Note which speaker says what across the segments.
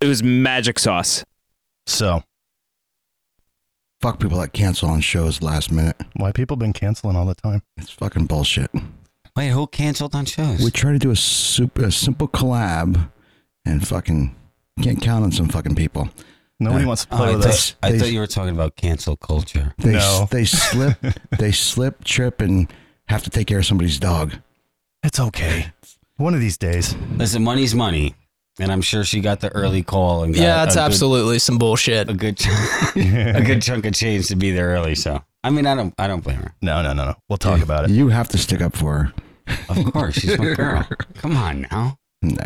Speaker 1: It was magic sauce.
Speaker 2: So
Speaker 3: Fuck people that cancel on shows last minute.
Speaker 2: why people been canceling all the time?
Speaker 3: It's fucking bullshit.
Speaker 4: Wait, who canceled on shows?
Speaker 3: We try to do a, super, a simple collab and fucking can't count on some fucking people.
Speaker 2: Nobody
Speaker 3: Uh,
Speaker 2: wants to
Speaker 4: Oh,
Speaker 2: play
Speaker 4: I,
Speaker 2: with us.
Speaker 4: thought, I
Speaker 3: They-
Speaker 4: thought you were talking about cancel culture.
Speaker 3: They
Speaker 2: No.
Speaker 3: they slip, they slip, trip, and have to take care of somebody's dog.
Speaker 2: It's okay. One of these days.
Speaker 4: Listen, money's money, and I'm sure she got the early call and got
Speaker 5: yeah, that's
Speaker 4: a
Speaker 5: absolutely some bullshit.
Speaker 4: good, a good a good chunk of change to be there early. So I mean, I don't I don't blame her.
Speaker 2: No, no, no, no. We'll talk about it.
Speaker 3: You have to stick up for her.
Speaker 4: Of course, she's my girl. Come on now.
Speaker 3: No.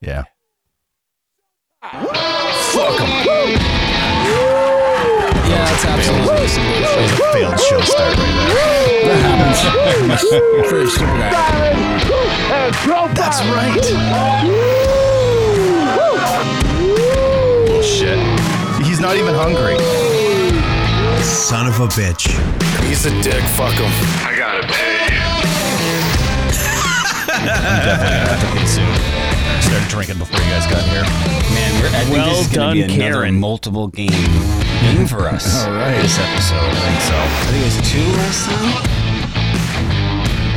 Speaker 2: Yeah.
Speaker 5: Yeah, that's absolutely some bullshit.
Speaker 2: Failed show start right there. That's right. Bullshit. He's not even hungry.
Speaker 6: Son of a bitch.
Speaker 7: He's a dick. Fuck him.
Speaker 8: I gotta pay.
Speaker 2: Definitely soon. Started drinking before you guys got here.
Speaker 4: Man, we're, I think
Speaker 1: Well
Speaker 4: this is gonna
Speaker 1: done,
Speaker 4: be another
Speaker 1: Karen.
Speaker 4: multiple game game for us. All right, this episode, I think so. I think it was two last time.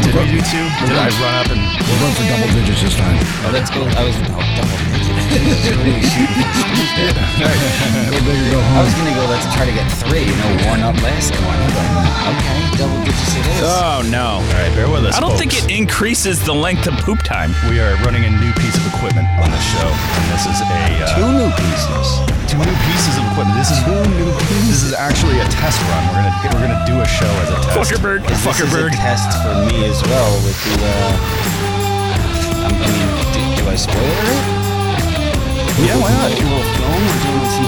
Speaker 2: Did we do two? Did I run up and
Speaker 3: We're going for double digits this time.
Speaker 4: Oh, let's go. I was oh, double digits. Really shooting for speed there. I was gonna go. Let's try to get three. You know, one up last one. But, okay, double digits it is.
Speaker 2: Uh,
Speaker 1: Oh no.
Speaker 2: All right, bear with us.
Speaker 1: I don't think
Speaker 2: folks.
Speaker 1: it increases the length of poop time.
Speaker 2: We are running a new piece of equipment on the show, and this is a
Speaker 4: Two
Speaker 2: uh,
Speaker 4: new pieces.
Speaker 2: two new pieces of equipment. This is This is actually a test run. We're gonna we're gonna do a show as a test.
Speaker 1: Fuckerbird.
Speaker 4: This is a
Speaker 1: Fuckerbird.
Speaker 4: test for me as well with the. Uh, I mean, do, do I spoil it?
Speaker 2: Yeah, why
Speaker 4: A
Speaker 2: not?
Speaker 4: little film. We're doing some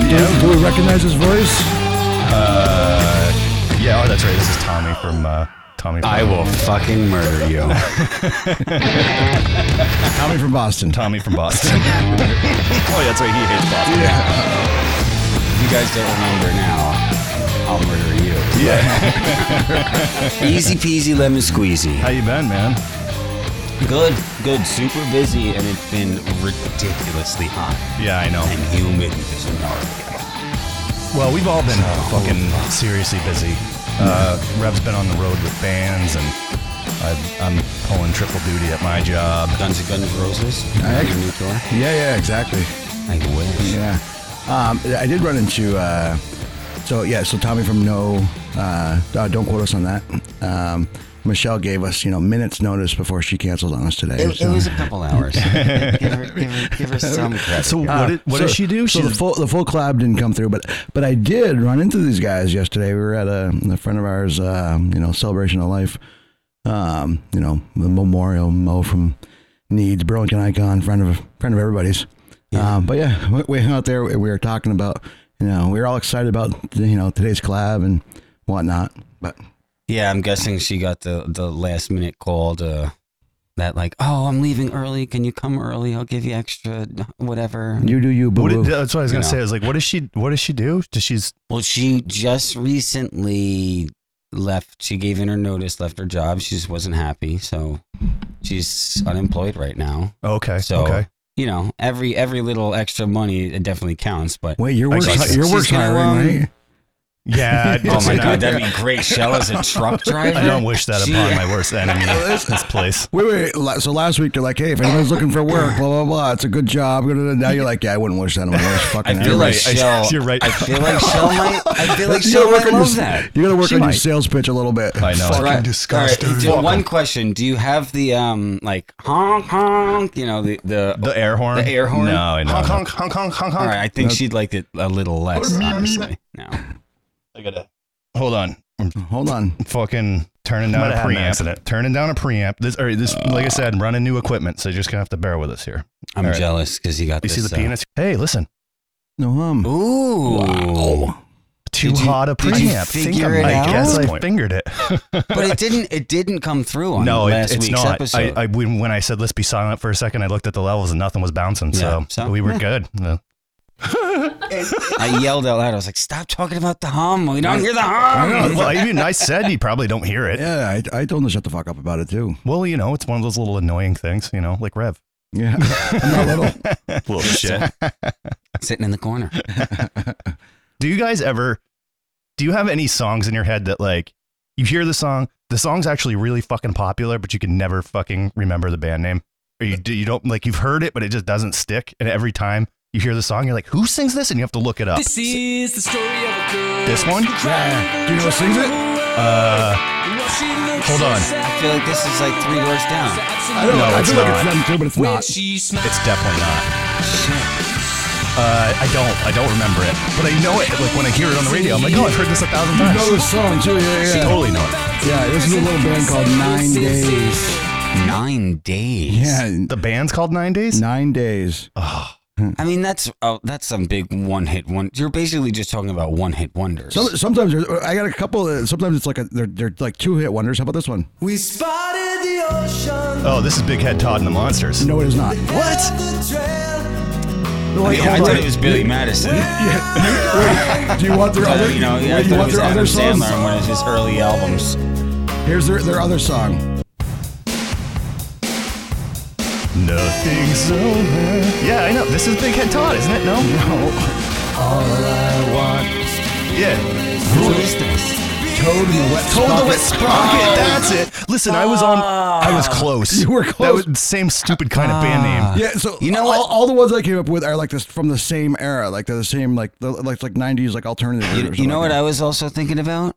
Speaker 4: film action.
Speaker 3: Do we recognize his voice?
Speaker 2: Uh, yeah. Oh, that's right. This is Tommy from uh, Tommy. From,
Speaker 4: I will fucking murder you.
Speaker 3: Tommy from Boston.
Speaker 2: Tommy from Boston. oh, yeah, that's right. He hates Boston.
Speaker 4: If you guys don't remember now, I'll murder you. Yeah. Easy peasy lemon squeezy.
Speaker 2: How you been, man?
Speaker 4: Good, good. Super busy, and it's been ridiculously hot
Speaker 2: Yeah, I know.
Speaker 4: and humid as an arc.
Speaker 2: Well, we've all been fucking seriously busy. Uh, Rev's been on the road with bands, and I've, I'm pulling triple duty at my job.
Speaker 4: Guns and Guns N' Roses. Your new tour.
Speaker 3: Yeah, yeah, exactly.
Speaker 4: I wish.
Speaker 3: Yeah. Um, I did run into. Uh, so yeah, so Tommy from No, uh, uh, don't quote us on that. Um, Michelle gave us, you know, minutes notice before she canceled on us today.
Speaker 4: It, it
Speaker 3: so-
Speaker 4: was a couple hours. give, her, give, her, give her some credit.
Speaker 2: Uh, So what, did, what
Speaker 3: Ah, so-
Speaker 2: does she do?
Speaker 3: So the
Speaker 2: She's
Speaker 3: full the full collab didn't come through, but but I did run into these guys yesterday. We were at a, a friend of ours, um, you know, celebration of life, um, you know, the memorial Mo from Needs, Burlington icon, friend of friend of everybody's. Um, but yeah, we, we hung out there. We were talking about, you know, we were all excited about you know today's collab and whatnot. But
Speaker 4: Yeah, I'm guessing she got the the last minute call to that like, oh, I'm leaving early. Can you come early? I'll give you extra whatever.
Speaker 3: you do you, boo
Speaker 2: what did, uh,
Speaker 3: boo.
Speaker 2: that's what I was gonna
Speaker 4: You know.
Speaker 2: say. I was like, what does she? What does she do? Does she's
Speaker 4: Well, she just recently left. She gave in her notice, left her job. She just wasn't happy, so she's unemployed right now.
Speaker 2: oh, okay?
Speaker 4: So
Speaker 2: okay.
Speaker 4: you know, every every little extra money it definitely counts. But
Speaker 3: Wait, your work's
Speaker 2: She's-
Speaker 3: your
Speaker 4: she's
Speaker 3: work's
Speaker 4: gonna, um,
Speaker 3: hiring, right?
Speaker 2: Yeah. I'd
Speaker 4: oh my
Speaker 2: say
Speaker 4: god,
Speaker 2: not.
Speaker 4: that'd be great. Shell is a truck driver.
Speaker 2: I don't wish that
Speaker 4: She-
Speaker 2: upon my worst enemy. this place.
Speaker 3: Wait, wait. la- So last week you're like, hey, if anyone's looking for work, blah blah blah, it's a good job. Now you're like, yeah, I wouldn't wish that on my worst
Speaker 4: I
Speaker 3: fucking.
Speaker 4: feel
Speaker 3: enemy.
Speaker 4: like
Speaker 2: right. I-
Speaker 4: Shell.
Speaker 2: you're right.
Speaker 4: I feel like Shell might. I feel like
Speaker 3: You
Speaker 4: Shell
Speaker 3: gotta
Speaker 4: might
Speaker 3: work on
Speaker 4: love
Speaker 3: your,
Speaker 4: that.
Speaker 3: You gotta work
Speaker 2: She
Speaker 3: on your
Speaker 2: might.
Speaker 3: sales pitch a little bit.
Speaker 2: I know.
Speaker 4: All right.
Speaker 6: disgusting.
Speaker 4: All right, do- one question: Do you have the um like honk honk? You know the the.
Speaker 2: The air horn.
Speaker 4: The air horn?
Speaker 2: No, I know.
Speaker 6: Honk, honk, honk, honk, honk,
Speaker 4: all
Speaker 6: honk.
Speaker 4: right, I think she'd like it a little less, honestly. No.
Speaker 2: I gotta hold on. I'm
Speaker 3: Hold on.
Speaker 2: fucking turning down a preamp. Turning down a preamp. This, all right. This, like I said, running new equipment. So you're just gonna have to bear with us here.
Speaker 4: I'm
Speaker 2: All right.
Speaker 4: jealous because he got
Speaker 2: You
Speaker 4: this.
Speaker 2: see the
Speaker 4: uh,
Speaker 2: penis? Hey, listen.
Speaker 3: No hum.
Speaker 4: Ooh.
Speaker 2: Too
Speaker 4: Did you-
Speaker 2: hot a
Speaker 4: did you
Speaker 2: preamp.
Speaker 4: figure
Speaker 2: I,
Speaker 4: it
Speaker 2: I
Speaker 4: out?
Speaker 2: guess I
Speaker 4: Point.
Speaker 2: fingered it.
Speaker 4: But it didn't it didn't come through on
Speaker 2: no, it-
Speaker 4: last
Speaker 2: it's
Speaker 4: week's
Speaker 2: not. I,
Speaker 4: episode.
Speaker 2: I when, when I said let's be silent for a second, I looked at the levels and nothing was bouncing.
Speaker 4: Yeah,
Speaker 2: So,
Speaker 4: so,
Speaker 2: we were
Speaker 4: yeah.
Speaker 2: good. The
Speaker 4: I yelled out loud. I was like, "Stop talking about the hum. We don't hear the
Speaker 2: I
Speaker 4: hum."
Speaker 2: don't know. Well, even I said you probably don't hear it.
Speaker 3: Yeah, I, I told him to shut the fuck up about it too.
Speaker 2: Well, you know, it's one of those little annoying things, you know, like Rev.
Speaker 3: Yeah, I'm not little.
Speaker 1: Little shit.
Speaker 4: Sitting in the corner.
Speaker 2: Do you guys ever do you have any songs in your head that like you hear the song, the song's actually really fucking popular, but you can never fucking remember the band name? Or you do you don't like you've heard it, but it just doesn't stick. And every time you hear the song, you're like, who sings this? And you have to look it up.
Speaker 5: This is the story of a girl.
Speaker 2: This one?
Speaker 3: Yeah. Do you know who sings it?
Speaker 2: Uh hold on.
Speaker 4: I feel like this is like three doors down.
Speaker 3: I don't
Speaker 2: No,
Speaker 3: know. I
Speaker 2: it's
Speaker 3: feel like
Speaker 2: not.
Speaker 3: it's them too, but it's
Speaker 2: Uh,
Speaker 5: When
Speaker 3: not.
Speaker 5: she smiles.
Speaker 2: It's definitely not. Uh, I don't. I don't remember it, but I know it. Like when I hear it on the radio, I'm like, oh, I've heard this a thousand
Speaker 3: You
Speaker 2: times.
Speaker 3: know this song too? Yeah,
Speaker 2: I
Speaker 3: yeah.
Speaker 2: totally know it.
Speaker 3: Yeah, this is a little band called Nine Days.
Speaker 4: Nine days.
Speaker 3: Yeah,
Speaker 2: The band's called Nine Days.
Speaker 3: Nine Days.
Speaker 4: I mean, that's oh, that's some big one hit one. You're basically just talking about one hit wonders.
Speaker 3: Some, sometimes there's, I got a couple. uh, Sometimes it's like a, they're, they're like two hit wonders. How about this one?
Speaker 5: We spotted the ocean.
Speaker 2: Oh, this is Big Head Todd and the Monsters.
Speaker 3: No, it is not.
Speaker 2: What?
Speaker 4: I,
Speaker 2: Wait,
Speaker 4: I
Speaker 2: hold
Speaker 4: thought
Speaker 2: on.
Speaker 4: it was Billy Madison.
Speaker 3: Do you want their
Speaker 4: Uh,
Speaker 3: other?
Speaker 4: you know, yeah, I
Speaker 3: wait, you
Speaker 4: thought it
Speaker 3: want
Speaker 4: was
Speaker 3: their
Speaker 4: Adam
Speaker 3: other song?
Speaker 4: Sandler on one of his early albums.
Speaker 3: Here's their their other song.
Speaker 2: Nothing's over. Yeah, I know. This is Big Head Todd, isn't it? No.
Speaker 3: Oh,
Speaker 2: Yeah.
Speaker 4: Who is this?
Speaker 3: Toad in the Wet
Speaker 2: Hold the
Speaker 3: Sprocket.
Speaker 2: wet sprocket. That's it. Listen, I was on. I
Speaker 4: Ah.
Speaker 2: was close.
Speaker 3: You were
Speaker 2: That was
Speaker 3: close.
Speaker 2: the same stupid kind of band name.
Speaker 3: Yeah, so
Speaker 4: You know
Speaker 3: all,
Speaker 4: what?
Speaker 3: all the ones I came up with are like this from the same era, like they're the same, like the, like like nineties, like alternative. or
Speaker 4: You,
Speaker 3: something
Speaker 4: you know
Speaker 3: like
Speaker 4: what
Speaker 3: that.
Speaker 4: I was also thinking about?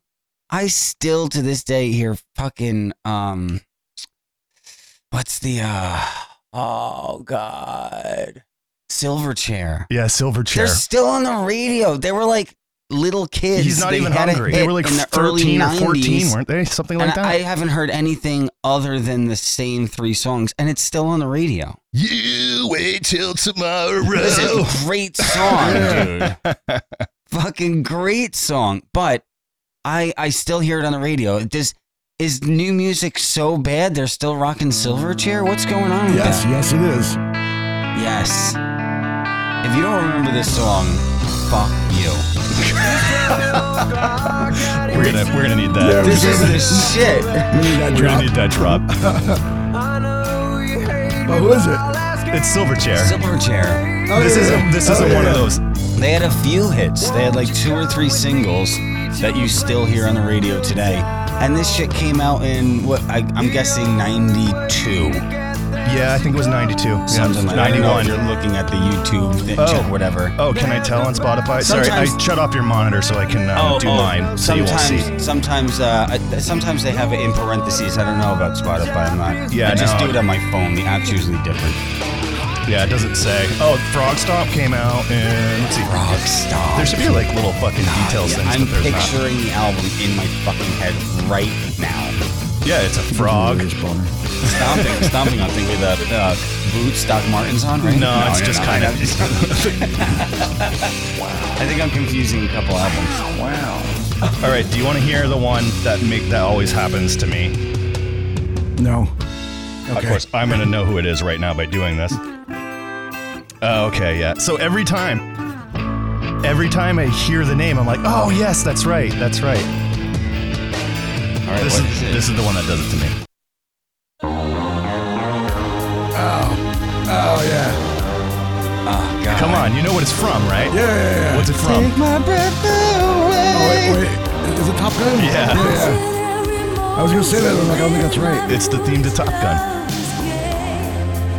Speaker 4: I still to this day hear fucking um, what's the uh? Oh God, Silverchair.
Speaker 2: Yeah, Silverchair.
Speaker 4: They're still on the radio. They were like little kids.
Speaker 2: He's not
Speaker 4: They
Speaker 2: even
Speaker 4: had a
Speaker 2: hungry. They
Speaker 4: hit
Speaker 2: were like
Speaker 4: in the
Speaker 2: 13 or
Speaker 4: early
Speaker 2: 14,
Speaker 4: 90s,
Speaker 2: weren't they? Something like
Speaker 4: And
Speaker 2: that.
Speaker 4: I haven't heard anything other than the same three songs, and it's still on the radio.
Speaker 2: you wait till tomorrow.
Speaker 4: This is a great song,
Speaker 1: Dude.
Speaker 4: fucking great song. But I I still hear it on the radio. This is new music so bad they're still rocking Silverchair. What's going on? With
Speaker 3: Yes,
Speaker 4: that?
Speaker 3: yes, it is.
Speaker 4: yes. If you don't remember this song, fuck you.
Speaker 2: We're gonna we're gonna need that.
Speaker 4: This is the shit.
Speaker 3: We need that
Speaker 2: we're gonna
Speaker 3: drop.
Speaker 2: need that drop.
Speaker 3: But Oh, who is it? Oh,
Speaker 2: It's Silverchair.
Speaker 4: Silverchair.
Speaker 2: This isn't this
Speaker 4: Oh,
Speaker 2: isn't one of those.
Speaker 4: They had a few hits. They had like two or three singles that you still hear on the radio today. And this shit came out in what I, I'm guessing 92,
Speaker 2: Yeah, I think it was 92. Yeah,
Speaker 4: something like I don't know if
Speaker 2: 91.
Speaker 4: You're looking at the YouTube thing,
Speaker 2: Oh.
Speaker 4: whatever.
Speaker 2: Oh, can I tell on Spotify? Sorry, I
Speaker 4: Sometimes- Oh,
Speaker 2: shut off your monitor so I can um, do mine, so you won't
Speaker 4: sometimes,
Speaker 2: see.
Speaker 4: sometimes, uh, I- sometimes they have it in parentheses. I don't know about Spotify. I'm not.
Speaker 2: Yeah,
Speaker 4: I just
Speaker 2: no.
Speaker 4: do it on my phone. The app's usually different.
Speaker 2: Yeah, it doesn't say. Oh, Frog Stomp came out and let's see.
Speaker 4: Rock star.
Speaker 2: There should be like little fucking details things,
Speaker 4: I'm
Speaker 2: but there's not.
Speaker 4: picturing the album in my fucking head right now.
Speaker 2: Yeah, it's a frog.
Speaker 3: Just boner.
Speaker 4: stomping, stomping on thing with uh, uh, boots Doc Martens on, right?
Speaker 2: No, it's just kind of.
Speaker 4: I think I'm confusing a couple albums.
Speaker 2: All right, do you want to hear the one that make that always happens to me?
Speaker 3: No.
Speaker 2: Of course, I'm gonna know who it is right now by doing this. Oh, okay, yeah. So every time, every time I hear the name, I'm like, oh yes, that's right, that's right.
Speaker 4: All right,
Speaker 2: This
Speaker 4: what
Speaker 2: is,
Speaker 4: is it?
Speaker 2: this is the one that does it to me.
Speaker 3: Oh yeah.
Speaker 4: oh, God.
Speaker 2: Come on, you know what it's from, right?
Speaker 3: Yeah. yeah, yeah.
Speaker 2: What's it from?
Speaker 4: my breath away.
Speaker 3: Oh, wait, wait. Is it Top Gun?
Speaker 2: Yeah.
Speaker 3: yeah. I was gonna say that, but I'm like, I don't think that's right.
Speaker 2: It's the theme to Top Gun.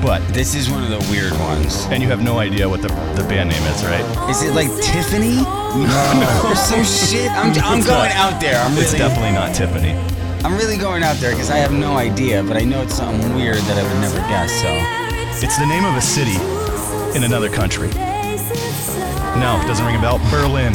Speaker 2: But
Speaker 4: This is one of the weird ones.
Speaker 2: and you have no idea what the the band name is, right?
Speaker 4: Is it like Tiffany? No. Or some shit? I'm, I'm going out there. I'm
Speaker 2: It's
Speaker 4: really,
Speaker 2: definitely not Tiffany.
Speaker 4: I'm really going out there because I have no idea, but I know it's something weird that I would never guess. So
Speaker 2: It's the name of a city in another country. No, doesn't ring a bell. Berlin.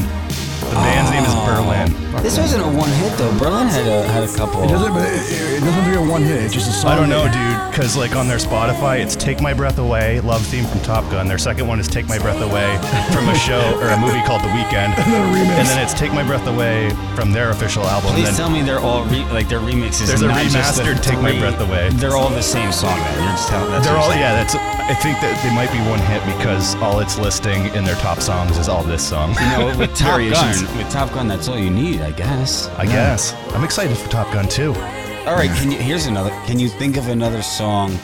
Speaker 2: The band's name
Speaker 3: Oh.
Speaker 2: is Berlin.
Speaker 4: This wasn't a one hit though. Berlin had a, had a couple.
Speaker 3: It doesn't, but it, it doesn't feel one hit. It's just a song.
Speaker 2: I don't know,
Speaker 4: Oh,
Speaker 2: dude, because like on their Spotify, it's "Take My Breath Away" love theme from Top Gun. Their second one is "Take My Breath Away" from a show or a movie called The Weekend, and
Speaker 3: then a remix.
Speaker 2: and then it's "Take My Breath Away" from their official album. and
Speaker 4: Please
Speaker 2: then
Speaker 4: tell me they're all re- like their remixes.
Speaker 2: There's a
Speaker 4: not just the
Speaker 2: remastered Take My
Speaker 4: three-
Speaker 2: Breath Away.
Speaker 4: They're all the same song. Then. You're just telling. That's
Speaker 2: they're
Speaker 4: what
Speaker 2: all
Speaker 4: you're
Speaker 2: yeah. That's I think that they might be one hit because all it's listing in their top songs is all this song.
Speaker 4: saying. You know, with Top Gun, with Top Gun, that's all you need, I guess.
Speaker 2: I guess I'm excited for Top Gun too.
Speaker 4: All right, can you, here's another. Can you think of another song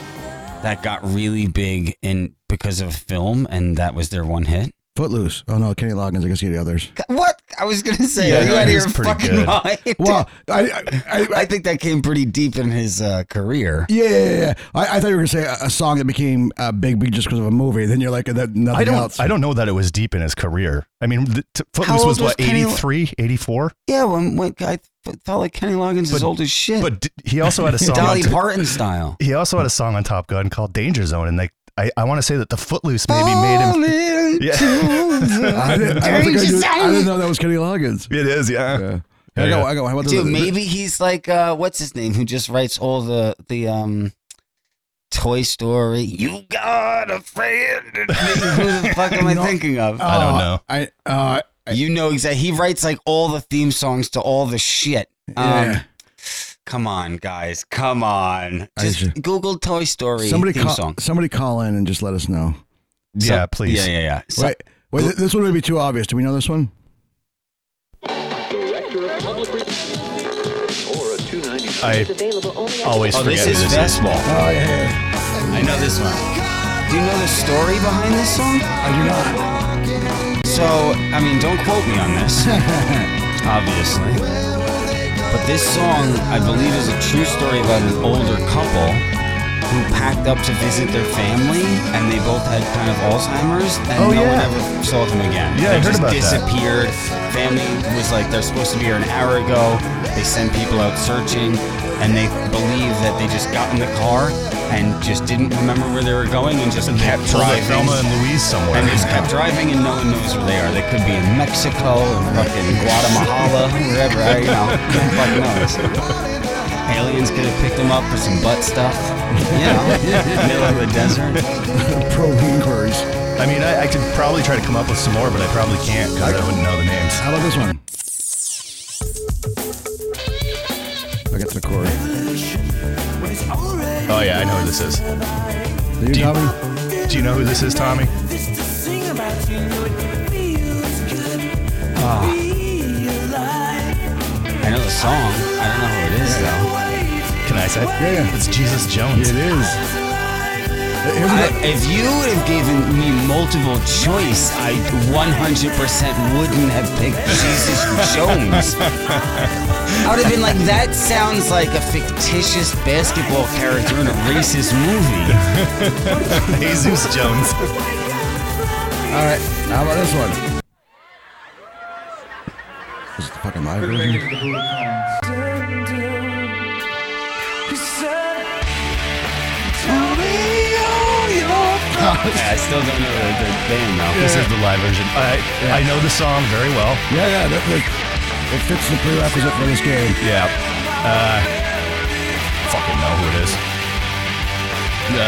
Speaker 4: that got really big in because of film, and that was their one hit?
Speaker 3: Footloose. Oh no, Kenny Loggins. I guess you the others.
Speaker 4: What I was gonna say?
Speaker 2: Yeah,
Speaker 4: Are you
Speaker 2: that
Speaker 4: out of
Speaker 2: is
Speaker 4: your
Speaker 2: pretty
Speaker 4: fucking
Speaker 2: good.
Speaker 4: mind?
Speaker 3: Well, I, I, I,
Speaker 4: I think that came pretty deep in his uh, career.
Speaker 3: yeah, yeah, yeah. I, I thought you were gonna say a, a song that became uh, big, big just because of a movie. Then you're like, uh, that- nothing
Speaker 2: I don't.
Speaker 3: else.
Speaker 2: I don't know that it was deep in his career. I mean, the, t- Footloose
Speaker 4: old
Speaker 2: was,
Speaker 4: was
Speaker 2: what
Speaker 4: Kenny-
Speaker 2: 83, 84?
Speaker 4: Yeah, when, when I felt like Kenny Loggins is
Speaker 2: But-
Speaker 4: old as shit.
Speaker 2: But d- he also had a song.
Speaker 4: Dolly
Speaker 2: on t-
Speaker 4: Parton style.
Speaker 2: he also had a song on Top Gun called "Danger Zone," and like I, I want to say that the Footloose maybe made him. Yeah.
Speaker 3: I didn't,
Speaker 4: Oh,
Speaker 3: I, don't think I, knew, I didn't know that was Kenny Loggins.
Speaker 2: It is, yeah.
Speaker 3: Yeah. I go. I go. How about
Speaker 4: Dude,
Speaker 3: the-
Speaker 4: maybe he's like uh, what's his name who just writes all the the um Toy Story. You got a friend. in me. who the fuck am I
Speaker 3: No.
Speaker 4: thinking of?
Speaker 2: I don't know.
Speaker 3: I uh,
Speaker 4: you know exactly. He writes like all the theme songs to all the shit. Um,
Speaker 3: Yeah.
Speaker 4: Come on, guys. Come on.
Speaker 3: I
Speaker 4: Just
Speaker 3: see.
Speaker 4: Google Toy Story
Speaker 3: somebody
Speaker 4: theme
Speaker 3: call
Speaker 4: song.
Speaker 3: somebody call in and just let us know.
Speaker 2: Yeah, please.
Speaker 4: Yeah, yeah, yeah. So-
Speaker 3: Wait, wait, th- this one would be too obvious. Do we know this one?
Speaker 2: I always
Speaker 4: Oh,
Speaker 2: forget
Speaker 4: this
Speaker 2: who
Speaker 4: is
Speaker 2: this is.
Speaker 4: fastball.
Speaker 3: Oh yeah.
Speaker 4: I know this one. Do you know the story behind this song?
Speaker 3: I do not.
Speaker 4: So, I mean, don't quote me on this, obviously. But this song, I believe, is a true story about an older couple who packed up to visit their family, and they both had kind of Alzheimer's, and
Speaker 2: Oh,
Speaker 4: no
Speaker 2: yeah.
Speaker 4: one ever saw them again.
Speaker 2: Yeah, I
Speaker 4: they
Speaker 2: heard
Speaker 4: just
Speaker 2: about that.
Speaker 4: disappeared. Family was like, they're supposed to be here an hour ago. They sent people out searching, and they believe that they just got in the car and just didn't remember where they were going and just kept
Speaker 2: Pulled like
Speaker 4: driving.
Speaker 2: Thelma and Louise somewhere.
Speaker 4: And they just kept driving and no one knows where they are. They could be in Mexico or fucking Guatemala, wherever, I, you know, who the fuck knows. Aliens could have picked them up for some butt stuff, you know, middle of the desert.
Speaker 3: Pro inquiries.
Speaker 2: I mean, I, I could probably try to come up with some more, but I probably can't because I wouldn't know the names.
Speaker 3: How about this one? I got the chord.
Speaker 2: Oh yeah, I know who this is.
Speaker 3: Do you,
Speaker 2: Do you-
Speaker 3: Tommy?
Speaker 2: Do you know who this is, Tommy?
Speaker 4: I know the song. I don't know who it is, though.
Speaker 2: Can I say?
Speaker 3: Yeah.
Speaker 2: It's Jesus Jones.
Speaker 3: It is. Here's
Speaker 4: I,
Speaker 3: another-
Speaker 4: if you would have given me multiple choice, I 100% wouldn't have picked Jesus Jones. I would have been like, that sounds like a fictitious basketball character in a racist movie.
Speaker 2: Jesus Jones.
Speaker 3: all right. How about this one? This is the fucking live version.
Speaker 4: Yeah, I still don't know the, the band though.
Speaker 2: This is the live version. I I know the song very well.
Speaker 3: Yeah, yeah. That, that, it fits the prerequisite for this game.
Speaker 2: Yeah. Uh, fucking know who it is. Uh,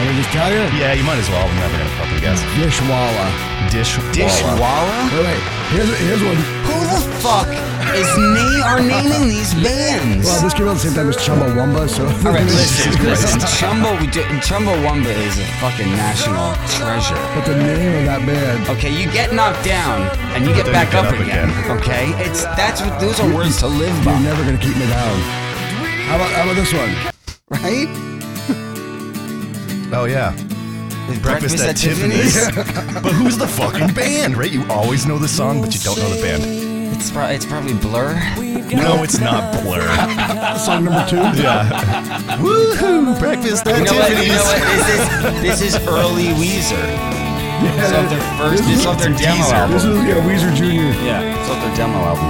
Speaker 3: Let me just tell you.
Speaker 2: yeah, you might as well. I'm never gonna fucking guess.
Speaker 3: Dishwalla.
Speaker 2: Dish.
Speaker 4: Dishwalla?
Speaker 3: Wait, wait. Here's, here's one.
Speaker 4: Who the fuck is na- are naming these bands?
Speaker 3: Well, this came out at the same time as Chumbawamba, so.
Speaker 4: All right, listen,
Speaker 2: Jesus Christ.
Speaker 4: listen. Chumbo, Chumbawamba is a fucking national treasure.
Speaker 3: But the name of that band.
Speaker 4: Okay, you get knocked down and you get
Speaker 2: then
Speaker 4: back
Speaker 2: you get
Speaker 4: up,
Speaker 2: up
Speaker 4: again,
Speaker 2: again.
Speaker 4: Okay, it's that's what those are words to live
Speaker 3: You're
Speaker 4: by,
Speaker 3: never gonna keep me down. How about how about this one?
Speaker 4: right?
Speaker 2: Oh yeah. Breakfast, at, Tiffany's. but who's the fucking band, right? You always know the song, but you don't know the band.
Speaker 4: It's, pro- it's probably Blur.
Speaker 2: No, it's not Blur.
Speaker 3: Song number two.
Speaker 2: yeah. Woohoo! Breakfast at
Speaker 4: You know what? You
Speaker 2: Tiffany's.
Speaker 4: know what? This is this is early Weezer. It's off their first. It's off their demo
Speaker 2: Teaser.
Speaker 4: album.
Speaker 3: This is yeah, Weezer Jr.
Speaker 4: Yeah, it's off their demo album.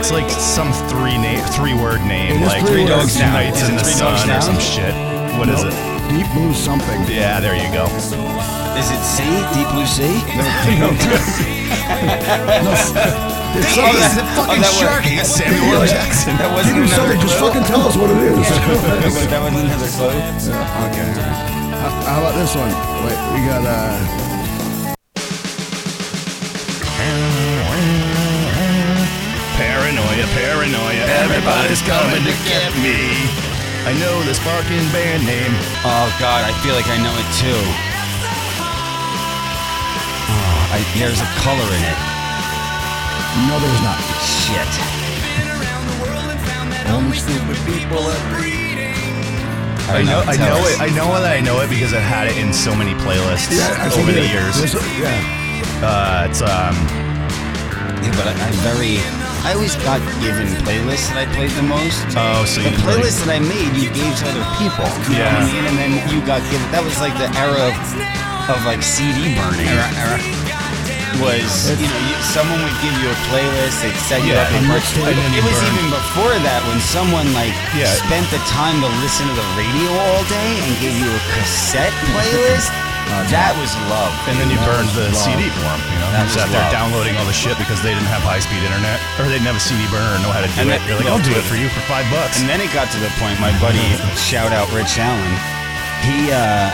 Speaker 2: It's like some three name, three word name,
Speaker 3: It is
Speaker 2: like
Speaker 3: three
Speaker 2: three
Speaker 3: words.
Speaker 2: dogs nights
Speaker 4: Is
Speaker 2: in
Speaker 4: it
Speaker 2: the
Speaker 4: Three Dogs
Speaker 2: sun or
Speaker 4: Down?
Speaker 2: some shit. What is it?
Speaker 3: Deep Blue Something.
Speaker 2: Yeah, there you go.
Speaker 4: Is it sea? Deep blue sea?
Speaker 3: It's
Speaker 4: Oh,
Speaker 3: something.
Speaker 4: that- oh, that was-
Speaker 2: That's Samuel L. Jackson.
Speaker 4: That
Speaker 3: Give me
Speaker 4: wasn't another
Speaker 3: something. Just
Speaker 4: clue.
Speaker 3: fucking tell us what it is.
Speaker 4: that wasn't another clue. Okay. all right.
Speaker 3: How about this one? Wait, we got uh.
Speaker 2: Paranoia, paranoia, everybody's coming to get me. I know this fucking band name.
Speaker 4: Oh God, I feel like I know it too. Oh, I, there's a color in it.
Speaker 3: No, there's not.
Speaker 4: Shit.
Speaker 3: Only stupid people.
Speaker 2: I know, I know it. I know that I know it because I had it in so many playlists over the years.
Speaker 3: yeah.
Speaker 2: Uh, it's um,
Speaker 4: Yeah, but I, I very. I always got given playlists that I played the most.
Speaker 2: oh, so you
Speaker 4: the playlists that I made, you gave to other people. You know what
Speaker 2: Yeah.
Speaker 4: I mean? And then you got given. That was like the era of, of like CD burning. Era, era. Was you know you, someone would give you a playlist, they'd set you
Speaker 2: Yeah,
Speaker 4: up and
Speaker 2: and
Speaker 4: merch.
Speaker 2: you- and then
Speaker 4: It
Speaker 2: you
Speaker 4: was
Speaker 2: burn.
Speaker 4: even before that when someone like
Speaker 2: Yeah.
Speaker 4: spent the time to listen to the radio all day and gave you a cassette playlist. that was love.
Speaker 2: Uh, And then you
Speaker 4: That
Speaker 2: burned
Speaker 4: was
Speaker 2: the
Speaker 4: love.
Speaker 2: CD for 'em, You know, you
Speaker 4: That was
Speaker 2: sat there
Speaker 4: love.
Speaker 2: downloading all the shit because they didn't have high speed internet or they didn't have a CD burner or know how to do
Speaker 4: And
Speaker 2: it.
Speaker 4: that-
Speaker 2: You're like,
Speaker 4: well,
Speaker 2: I'll do it
Speaker 4: dude.
Speaker 2: for you for five bucks.
Speaker 4: And then it got to the point. My buddy, shout out Rich Allen. He, uh,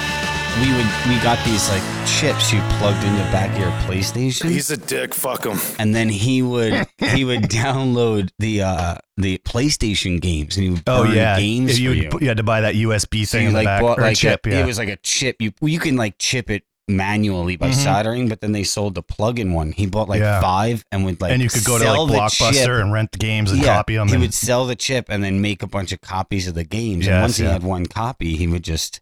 Speaker 4: we would, we got these like chips you plugged in the back of your PlayStation,
Speaker 7: He's a dick. Fuck him.
Speaker 4: and then he would, he would download the, uh, the PlayStation games, and he would
Speaker 2: oh
Speaker 4: burn
Speaker 2: yeah,
Speaker 4: games
Speaker 2: If
Speaker 4: for
Speaker 2: you,
Speaker 4: you.
Speaker 2: you had to buy that USB
Speaker 4: So
Speaker 2: thing
Speaker 4: you
Speaker 2: in the
Speaker 4: like
Speaker 2: back
Speaker 4: bought
Speaker 2: or
Speaker 4: like
Speaker 2: a chip.
Speaker 4: a,
Speaker 2: yeah,
Speaker 4: it was like a chip. You well, you can like chip it manually by
Speaker 2: Mhm.
Speaker 4: soldering, but then they sold the plug-in one. He bought like
Speaker 2: Yeah.
Speaker 4: five and would like
Speaker 2: and you could go to
Speaker 4: sell
Speaker 2: like
Speaker 4: the chip.
Speaker 2: Blockbuster and rent the games and copy them.
Speaker 4: He
Speaker 2: and,
Speaker 4: would sell the chip and then make a bunch of copies of the games. and
Speaker 2: Yes,
Speaker 4: once he
Speaker 2: yeah.
Speaker 4: had one copy, he would just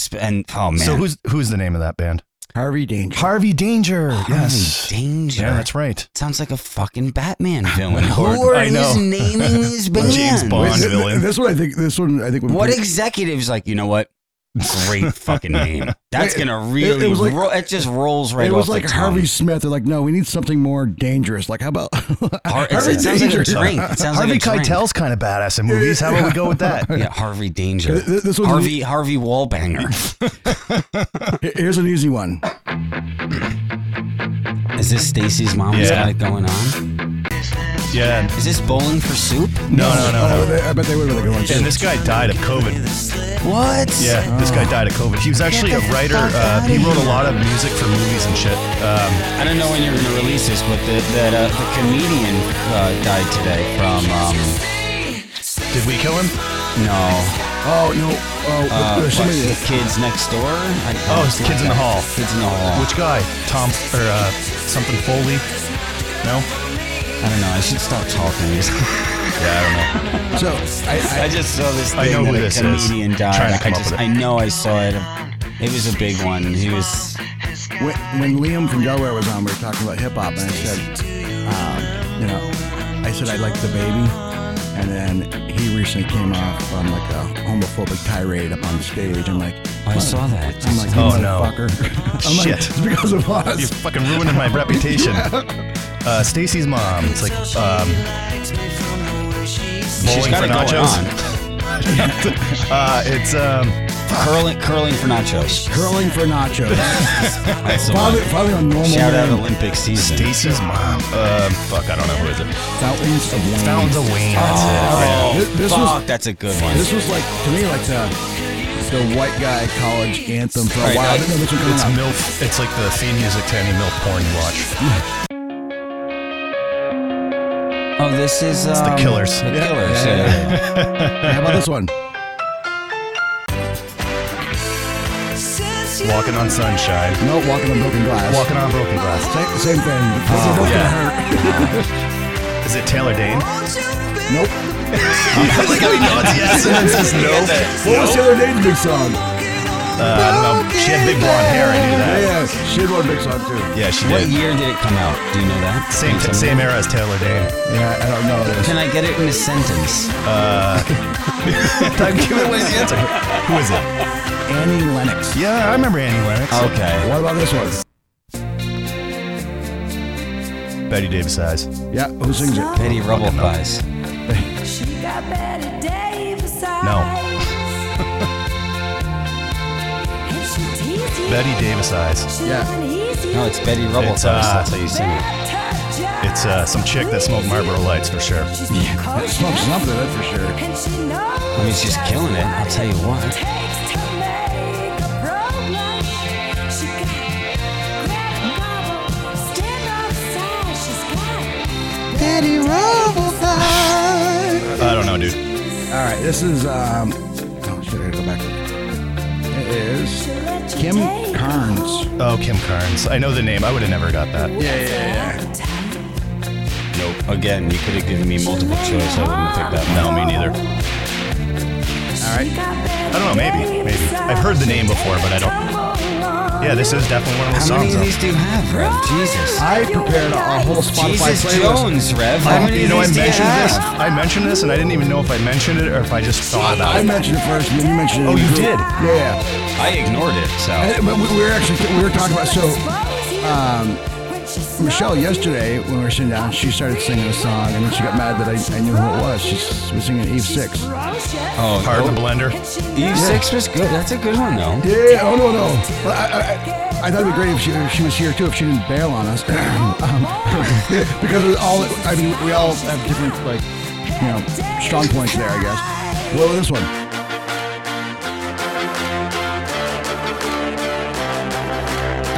Speaker 4: sp- and oh man,
Speaker 2: so who's who's the name of that band?
Speaker 3: Harvey Danger.
Speaker 2: Harvey Danger.
Speaker 4: Harvey
Speaker 2: yes.
Speaker 4: Danger.
Speaker 2: Yeah, that's right.
Speaker 4: Sounds like a fucking Batman villain.
Speaker 2: Or-
Speaker 4: Who are
Speaker 2: I
Speaker 4: who's
Speaker 2: know.
Speaker 4: naming this band?
Speaker 2: James Bond.
Speaker 3: Wait, th-
Speaker 2: villain.
Speaker 3: This one I think. This one I think. would
Speaker 4: What
Speaker 3: be-
Speaker 4: executive's like? You know what? Great fucking name. That's gonna really.
Speaker 3: it was like-
Speaker 4: ro- it just rolls right.
Speaker 3: it was
Speaker 4: off
Speaker 3: like
Speaker 4: the tongue.
Speaker 3: Harvey Smith. They're like, no, we need something more dangerous. Like, how about
Speaker 4: Har- it's-
Speaker 3: Harvey
Speaker 4: it sounds like a
Speaker 3: Danger?
Speaker 4: drink. It sounds
Speaker 2: Harvey
Speaker 4: like a drink.
Speaker 2: Keitel's kind of badass in movies. How about we go with that?
Speaker 4: Yeah, Harvey Danger.
Speaker 3: Th- th- this one's-
Speaker 4: Harvey Harvey Wallbanger.
Speaker 3: Here- Here's an easy one.
Speaker 4: Is this Stacy's mom? has
Speaker 2: Yeah.
Speaker 4: got it going on.
Speaker 2: Yeah.
Speaker 4: Is this bowling for soup?
Speaker 2: No, no, no.
Speaker 3: I bet Oh, they- I bet they would have been a good
Speaker 2: And
Speaker 3: one.
Speaker 2: this guy died of COVID.
Speaker 4: What?
Speaker 2: Yeah, this guy died of COVID. He was actually a writer. Uh, he wrote a lot of music for movies and shit. Um,
Speaker 4: I don't know when you're going to release this, but the, that uh, the comedian uh, died today from um,
Speaker 2: did we kill him?
Speaker 4: no,
Speaker 3: Oh no! Oh,
Speaker 4: uh,
Speaker 3: there's
Speaker 4: what,
Speaker 3: somebody.
Speaker 4: the kids next door. I,
Speaker 2: Oh, it's Kids in the Hall.
Speaker 4: Kids in the hall.
Speaker 2: Which guy? Tom or uh, something Foley? No.
Speaker 4: I don't know. I should stop talking.
Speaker 2: Yeah, I don't know.
Speaker 3: So I,
Speaker 4: I just saw this thing
Speaker 2: I know
Speaker 4: that
Speaker 2: who
Speaker 4: a
Speaker 2: this is.
Speaker 4: comedian died.
Speaker 2: Trying to
Speaker 4: I
Speaker 2: come up
Speaker 4: just,
Speaker 2: with it.
Speaker 4: I know I saw it. It was a big one. He was
Speaker 3: I when, when Liam from Delaware was on, we were talking about hip hop, and I said, um, you know, I said I like the baby, and then he recently came off on like a homophobic tirade up on stage. I'm like,
Speaker 4: I
Speaker 3: "What?"
Speaker 4: saw that.
Speaker 3: I'm like,
Speaker 2: Oh,
Speaker 3: oh
Speaker 2: no.
Speaker 3: no, fucker. I'm like,
Speaker 2: Shit.
Speaker 3: it's because of us.
Speaker 2: You're fucking ruining my reputation. Uh, Stacy's mom. It's like um,
Speaker 4: She's
Speaker 2: bowling
Speaker 4: got
Speaker 2: for
Speaker 4: it going
Speaker 2: nachos.
Speaker 4: on.
Speaker 2: Uh, it's um,
Speaker 4: Curling, curling for nachos.
Speaker 3: Curling for nachos.
Speaker 4: That's the
Speaker 3: probably,
Speaker 4: one.
Speaker 3: probably a normal
Speaker 4: Shout out
Speaker 3: name.
Speaker 4: Olympic season.
Speaker 2: Stacy's mom. Um, fuck, I don't know who is it.
Speaker 3: Fountains of Wayne.
Speaker 2: Found a Wayne.
Speaker 4: Oh,
Speaker 3: This- this
Speaker 4: fuck,
Speaker 3: was-
Speaker 4: that's a good one.
Speaker 3: This was like to me like the the white guy college anthem for a
Speaker 4: Right,
Speaker 3: while. I
Speaker 4: like,
Speaker 3: didn't know this was coming
Speaker 2: It's
Speaker 3: out.
Speaker 2: milf. It's like the theme music to any milf porn you watch.
Speaker 4: Oh, this is um,
Speaker 2: the Killers.
Speaker 4: The
Speaker 2: Yeah,
Speaker 4: Killers.
Speaker 3: yeah,
Speaker 4: Yeah,
Speaker 3: yeah, How about this one?
Speaker 2: Walking on sunshine.
Speaker 3: No, walking Oh. on broken glass.
Speaker 2: Walking on broken glass.
Speaker 3: Sa- Same, thing. This is broken heart.
Speaker 2: Is it Taylor Dane?
Speaker 3: Nope.
Speaker 2: like how he nods yes and then says no.
Speaker 3: What was Taylor Dane's big song?
Speaker 2: Uh, I don't know. She had big blonde hair. I knew
Speaker 3: Yeah,
Speaker 2: that.
Speaker 3: yeah, she had one big song too.
Speaker 2: Yeah, she
Speaker 4: What
Speaker 2: did.
Speaker 4: year did it come out? Do you know that?
Speaker 2: Same,
Speaker 4: Can you tell
Speaker 2: same
Speaker 4: me?
Speaker 2: era as Taylor Dane.
Speaker 3: Yeah, I don't know this.
Speaker 4: Can I get it in a sentence?
Speaker 2: I'm giving away the answer. Who is it?
Speaker 3: Annie Lennox.
Speaker 2: Yeah, I remember Annie Lennox.
Speaker 4: Um, Okay.
Speaker 3: What about this one?
Speaker 2: Betty Davis eyes.
Speaker 3: Yeah, who sings it?
Speaker 4: Betty Rubble Pies.
Speaker 2: No.
Speaker 8: No.
Speaker 2: Betty Davis eyes.
Speaker 3: Yeah.
Speaker 4: No, it's Betty Rubble.
Speaker 2: It's, uh,
Speaker 4: that's how you sing it.
Speaker 2: It's uh, some chick that smoked Marlboro Lights for sure.
Speaker 3: yeah. Smokes something, that's for sure.
Speaker 4: I mean, she's killing it. I'll tell you what.
Speaker 2: I don't know, dude.
Speaker 3: All right, this is um. Oh shit! I gotta go back. It is Kim Carnes.
Speaker 2: Oh, Kim Carnes. I know the name. I would have never got that.
Speaker 3: Yeah, yeah,
Speaker 4: Nope. Again, you could have given me multiple choice. I wouldn't have picked that one.
Speaker 2: No, me neither.
Speaker 3: All right.
Speaker 2: I don't know. Maybe. Maybe. I've heard the name before, but I don't. Yeah, this is definitely one of those
Speaker 4: How many
Speaker 2: songs.
Speaker 4: of
Speaker 2: though.
Speaker 4: these do you have, Rev? Oh, Jesus.
Speaker 3: I prepared a, a whole Spotify
Speaker 4: Jesus
Speaker 3: playlist.
Speaker 4: Jones, Rev. How
Speaker 2: I,
Speaker 4: many
Speaker 2: you
Speaker 4: of
Speaker 2: know, I
Speaker 4: these do you
Speaker 2: mentioned this.
Speaker 4: have?
Speaker 2: I mentioned this, and I didn't even know if I mentioned it or if Oh, I just thought about
Speaker 3: I
Speaker 2: it.
Speaker 3: mentioned it first, and then you mentioned it.
Speaker 2: Oh,
Speaker 3: in the
Speaker 2: you
Speaker 3: group.
Speaker 2: did?
Speaker 3: Yeah.
Speaker 4: I ignored it, so.
Speaker 3: And- but we we were actually we were talking about so um, Michelle yesterday when we were sitting down, she started singing a song, and then she got mad that I, I knew who it was. She s- was singing Eve Six.
Speaker 4: Oh,
Speaker 2: Hard in the blender.
Speaker 4: Eve Six was good. That's a good one, though.
Speaker 3: Yeah, oh no, no. Well, I, I, I- I thought it'd be great if she, if she was here too, if she didn't bail on us, um, because it was all I mean, we all have different like you know strong points there, I guess. Well, this one.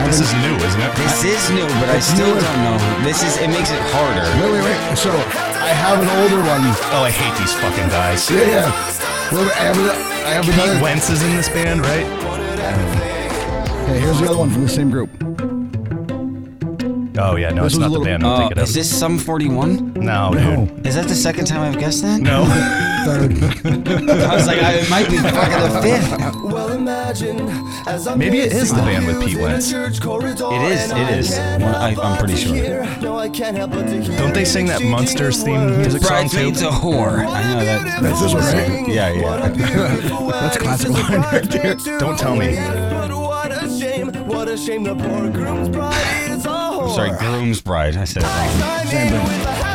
Speaker 2: This is new, isn't it?
Speaker 4: This is new, but I
Speaker 3: It's
Speaker 4: still
Speaker 3: newer.
Speaker 4: don't know. This is. It makes it harder.
Speaker 3: Wait, wait, wait. So I have an older one.
Speaker 2: Oh, I hate these fucking guys.
Speaker 3: Yeah, yeah. Well, I have, another- I have
Speaker 2: Pete
Speaker 3: another.
Speaker 2: Wentz is in this band, right?
Speaker 3: Hey, here's the other one from the same group.
Speaker 2: Oh yeah, no,
Speaker 3: This
Speaker 2: it's
Speaker 3: was a
Speaker 2: not the
Speaker 3: little-
Speaker 2: band. I'm
Speaker 4: Uh,
Speaker 2: thinking of.
Speaker 4: is this Sum 41?
Speaker 2: no, dude.
Speaker 4: Is that the second time I've guessed that?
Speaker 2: No.
Speaker 3: Third.
Speaker 4: I was like, I, it might be fucking the fifth.
Speaker 2: Maybe it is the band with Pete Wentz.
Speaker 4: It is. It is. Well, I, I'm pretty sure.
Speaker 2: Don't they sing that Monsters themed music song too?
Speaker 4: Bridesmaid's a whore. I know that.
Speaker 3: That's this one, right?
Speaker 4: Yeah, yeah.
Speaker 3: That's a classic line right there.
Speaker 2: Don't tell me.
Speaker 4: I'm sorry, groom's bride. I said it wrong.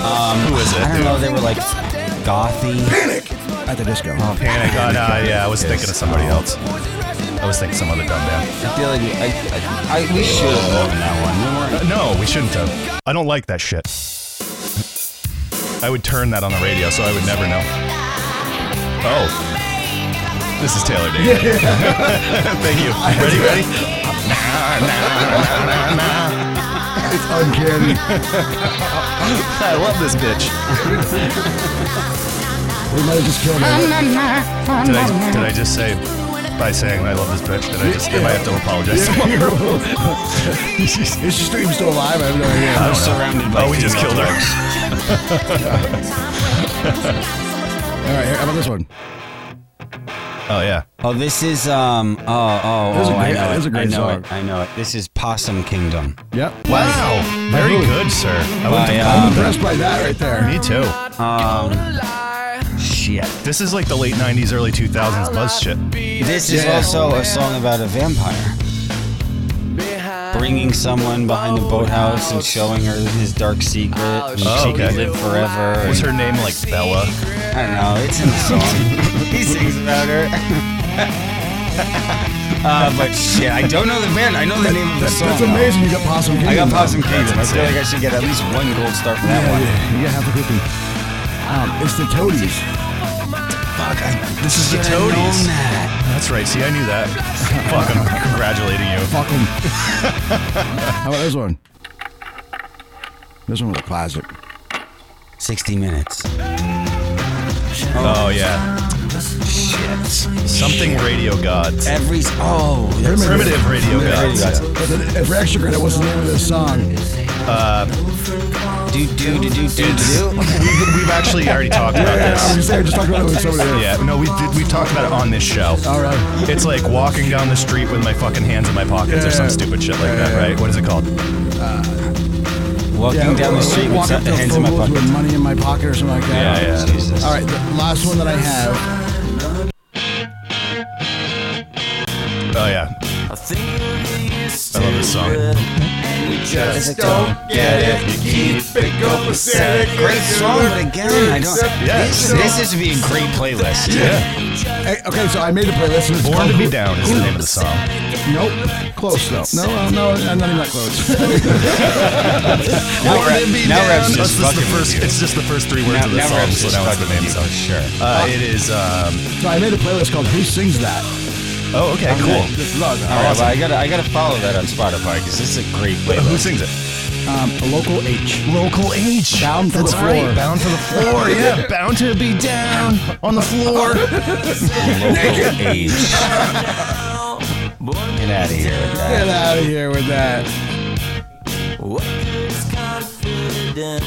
Speaker 6: Um,
Speaker 2: Who is
Speaker 4: I
Speaker 2: it?
Speaker 4: don't know. They were like gothy.
Speaker 3: At the disco.
Speaker 4: Oh,
Speaker 2: Panic on. Uh, yeah, I was thinking of somebody else. I was thinking some other dumb band.
Speaker 4: I feel like I, I, I we should have known that one. We weren't-
Speaker 2: Uh, no, we shouldn't have. I don't like that shit. I would turn that on the radio, so I would never know. Oh. This is Taylor David. Thank you. Ready, ready?
Speaker 3: It's uncanny.
Speaker 2: I love this bitch.
Speaker 3: We might have just killed her.
Speaker 2: Did I, did I just say by saying I love this bitch? Did I just? Did I have to apologize?
Speaker 3: Is she still, even still alive? I have no idea.
Speaker 4: We're surrounded by.
Speaker 2: Oh, we just
Speaker 4: female
Speaker 2: killed
Speaker 4: dogs.
Speaker 2: her.
Speaker 3: All right, here, how about this one?
Speaker 2: Oh yeah.
Speaker 4: Oh, this is um. Oh, oh,
Speaker 3: This is
Speaker 4: oh
Speaker 3: a
Speaker 4: I
Speaker 3: great-
Speaker 4: know
Speaker 3: this
Speaker 4: it.
Speaker 3: is a great
Speaker 4: I know
Speaker 3: song.
Speaker 4: it. I know it. This is Possum Kingdom.
Speaker 3: Yep.
Speaker 2: Wow. Very good, sir. I went
Speaker 4: By,
Speaker 2: to
Speaker 3: I'm
Speaker 4: um,
Speaker 3: impressed by that right there.
Speaker 2: Me too.
Speaker 4: shit.
Speaker 2: This is like the late '90s, early 2000s buzz shit.
Speaker 4: This is
Speaker 3: Yeah.
Speaker 4: also a song about a vampire. Bringing someone behind the boathouse and showing her his dark secret. And
Speaker 2: Oh,
Speaker 4: she
Speaker 2: okay.
Speaker 4: could live forever.
Speaker 2: Was her name like Bella?
Speaker 4: I don't know. It's in the song. he sings about her. uh, but shit, I don't know the band. I know the name of the
Speaker 3: That's,
Speaker 4: song.
Speaker 3: that's
Speaker 4: though.
Speaker 3: amazing. You got Possum Kingdom.
Speaker 4: I got
Speaker 3: though.
Speaker 4: Possum Kingdom. I
Speaker 2: That's
Speaker 4: feel like
Speaker 2: insane.
Speaker 4: I should get at least one gold star for that one.
Speaker 3: Yeah, you got half a cookie. Um, it's the Toadies.
Speaker 4: Fuck, I
Speaker 2: This is the
Speaker 4: should have known
Speaker 2: Toadies.
Speaker 4: that.
Speaker 2: That's right. See, I knew that. Fuck, I'm congratulating you.
Speaker 3: Fuck 'em. how about this one? This one was a classic.
Speaker 4: 60 minutes.
Speaker 2: Oh yeah.
Speaker 4: Shit.
Speaker 2: Something radio gods.
Speaker 4: Every. Oh, that's
Speaker 2: Primitive radio gods.
Speaker 3: But then, for extra credit, what's the name of this song?
Speaker 4: Do, do, do, do, do, do. do.
Speaker 2: We've, we've actually already talked about
Speaker 3: I
Speaker 2: this.
Speaker 3: was there just talking about it with somebody else.
Speaker 2: Yeah. No, we did. We've talked about it on this show.
Speaker 3: All right.
Speaker 2: It's like walking down the street with my fucking hands in my pockets or
Speaker 3: Yeah.
Speaker 2: some stupid shit like that, right? What is it called?
Speaker 4: Walking down the street with
Speaker 3: walk up
Speaker 4: the
Speaker 3: to a
Speaker 4: hands in my
Speaker 3: phone booth
Speaker 4: pocket.
Speaker 3: with money in my pocket or something like that.
Speaker 2: Yeah, yeah.
Speaker 4: Jesus.
Speaker 3: All right, the last one that I have.
Speaker 2: Oh yeah. I love this song.
Speaker 4: Just don't get it. You keep it going. Great song, but again, I don't. This, this is to be a great playlist.
Speaker 2: Yeah.
Speaker 3: Hey, okay, so I made the playlist. and it's
Speaker 2: Born
Speaker 3: called
Speaker 2: to Be
Speaker 3: Who-
Speaker 2: Down is the name of the song.
Speaker 3: Nope. Close though. No, uh, no, I'm not even that close.
Speaker 4: Now, Rev- now
Speaker 2: That's
Speaker 4: Rev's just
Speaker 2: just the
Speaker 4: fucking
Speaker 2: first,
Speaker 4: with you.
Speaker 2: it's just the first three words
Speaker 4: Now,
Speaker 2: of the
Speaker 4: now
Speaker 2: song.
Speaker 4: Rev's
Speaker 2: So
Speaker 4: just
Speaker 2: that was the
Speaker 4: fucking
Speaker 2: name of
Speaker 4: with
Speaker 2: the
Speaker 4: you.
Speaker 2: song.
Speaker 4: Sure.
Speaker 2: Uh, it is. Um,
Speaker 3: so I made a playlist called "Who Sings That."
Speaker 2: oh, okay, cool.
Speaker 3: This love.
Speaker 4: All right, well, Oh, I gotta, I gotta follow that on Spotify because this is a great
Speaker 2: Wait, who
Speaker 4: playlist.
Speaker 2: sings it?
Speaker 3: Um, a local H.
Speaker 2: Local H.
Speaker 3: Bound for
Speaker 2: That's
Speaker 3: the
Speaker 2: right.
Speaker 3: floor.
Speaker 2: Bound for the floor. Yeah. Bound to be down on the floor.
Speaker 4: Local age. Get out of here with that.
Speaker 3: Get out of here with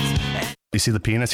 Speaker 3: that.
Speaker 2: You see the penis?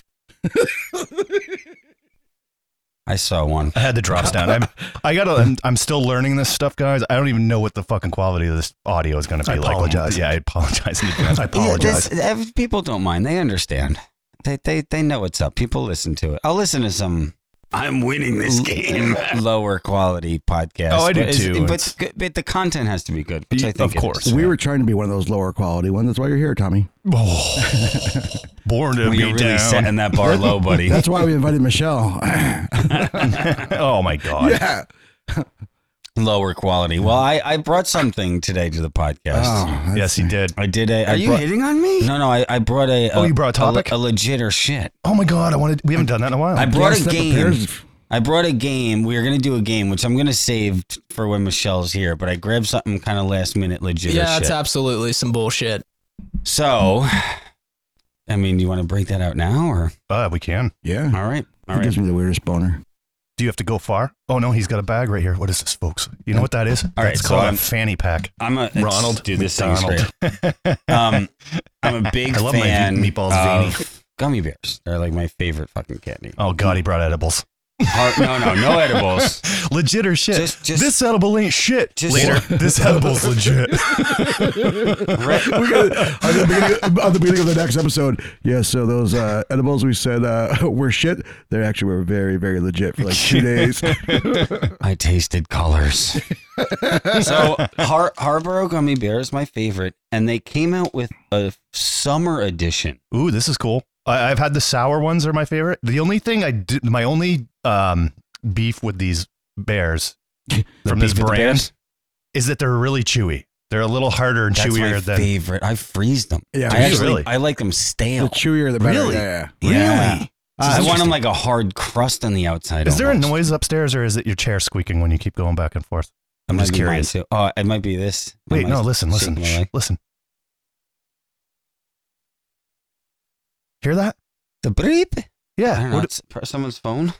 Speaker 4: I saw one.
Speaker 2: I had the drops down. I'm, I gotta. I'm, I'm still learning this stuff, guys. I don't even know what the fucking quality of this audio is going to be
Speaker 3: I
Speaker 2: like.
Speaker 3: apologize.
Speaker 2: Yeah, I apologize. in advance. I
Speaker 4: Yeah, this- ev- people don't mind. They understand. They, they, they know what's up. People listen to it. I'll listen to some. I'm winning this game. Lower quality podcast.
Speaker 2: Oh, I do
Speaker 4: but it's-
Speaker 2: too.
Speaker 4: But,
Speaker 2: It's-
Speaker 4: good- but the content has to be good. Which I
Speaker 2: Of
Speaker 4: think it
Speaker 2: course.
Speaker 4: is.
Speaker 3: We were trying to be one of those lower quality ones. That's why you're here, Tommy.
Speaker 2: Born to
Speaker 4: Well,
Speaker 2: be
Speaker 4: you're really
Speaker 2: down.
Speaker 4: setting that bar low, buddy.
Speaker 3: That's why we invited Michelle.
Speaker 2: oh my god.
Speaker 3: yeah.
Speaker 4: Lower quality. Well, I, I brought something today to the podcast.
Speaker 3: Oh,
Speaker 2: Yes, he did.
Speaker 4: I did a. I
Speaker 5: Are you
Speaker 4: brought-
Speaker 5: hitting on me?
Speaker 4: No, no. I, I brought a.
Speaker 2: Oh, you brought a
Speaker 4: a le-
Speaker 2: topic?
Speaker 4: A, legit or shit.
Speaker 2: Oh my god. I wanted. We haven't done that in a while.
Speaker 4: I brought
Speaker 3: yes,
Speaker 4: a
Speaker 3: that
Speaker 4: game.
Speaker 3: prepares-
Speaker 4: I brought a game. We are gonna do a game, which I'm gonna save t- for when Michelle's here. But I grabbed something kind of last minute, legit. or
Speaker 5: Yeah,
Speaker 4: shit.
Speaker 5: it's absolutely some bullshit.
Speaker 4: So, I mean, you want to break that out now, or
Speaker 2: uh, we can.
Speaker 3: Yeah.
Speaker 4: all right, all
Speaker 3: It
Speaker 4: right.
Speaker 3: gives me the weirdest boner.
Speaker 2: Do you have to go far? Oh no, he's got a bag right here. What is this, folks? You know what that is?
Speaker 4: right,
Speaker 2: That's
Speaker 4: so
Speaker 2: called
Speaker 4: I'm-
Speaker 2: a fanny pack.
Speaker 4: I'm a
Speaker 2: Ronald
Speaker 4: do this thing
Speaker 2: McDonald.
Speaker 4: straight. Um, I'm a big
Speaker 2: I love my
Speaker 4: fan
Speaker 2: meatballs
Speaker 4: of gummy bears. They're like my favorite fucking candy.
Speaker 2: Oh god, he brought edibles.
Speaker 4: Heart, no, no, no edibles.
Speaker 2: Legit or shit?
Speaker 4: Just- just-
Speaker 2: this edible ain't shit.
Speaker 4: Just-
Speaker 2: Later, this edible's legit.
Speaker 4: Re-
Speaker 3: We're gonna, at, the beginning, at the beginning of the next episode, yeah, so those uh, edibles we said uh, were shit, they actually were very, very legit for like two days.
Speaker 4: I tasted colors. so Har- Harborough gummy bear is my favorite, and they came out with a summer edition.
Speaker 2: Ooh, this is cool. I, I've had the sour ones are my favorite. The only thing I did, my only um, beef with these bears from this
Speaker 4: beef with the
Speaker 2: brand
Speaker 4: bears?
Speaker 2: is that they're really chewy. They're a little harder and
Speaker 4: That's
Speaker 2: chewier
Speaker 4: my
Speaker 2: than.
Speaker 4: favorite. I freeze them.
Speaker 3: Yeah,
Speaker 4: I
Speaker 2: you
Speaker 4: actually
Speaker 2: really?
Speaker 4: I like them
Speaker 3: the
Speaker 4: stale.
Speaker 3: chewier the better.
Speaker 2: Really?
Speaker 3: Yeah.
Speaker 4: Yeah. I
Speaker 3: Uh,
Speaker 4: want them like a hard crust on the outside.
Speaker 2: Is there a
Speaker 4: almost.
Speaker 2: noise upstairs, or is it your chair squeaking when you keep going back and forth? I'm
Speaker 4: Might
Speaker 2: just
Speaker 4: be mine,
Speaker 2: curious.
Speaker 4: too. Oh, it might eh? be this.
Speaker 2: Wait,
Speaker 4: Am I
Speaker 2: no, listen, listen,
Speaker 4: shaking
Speaker 2: shh,
Speaker 4: my leg?
Speaker 2: listen. Hear that?
Speaker 4: The beep. I
Speaker 2: Yeah.
Speaker 4: don't know.
Speaker 2: What-
Speaker 4: it's per- someone's phone.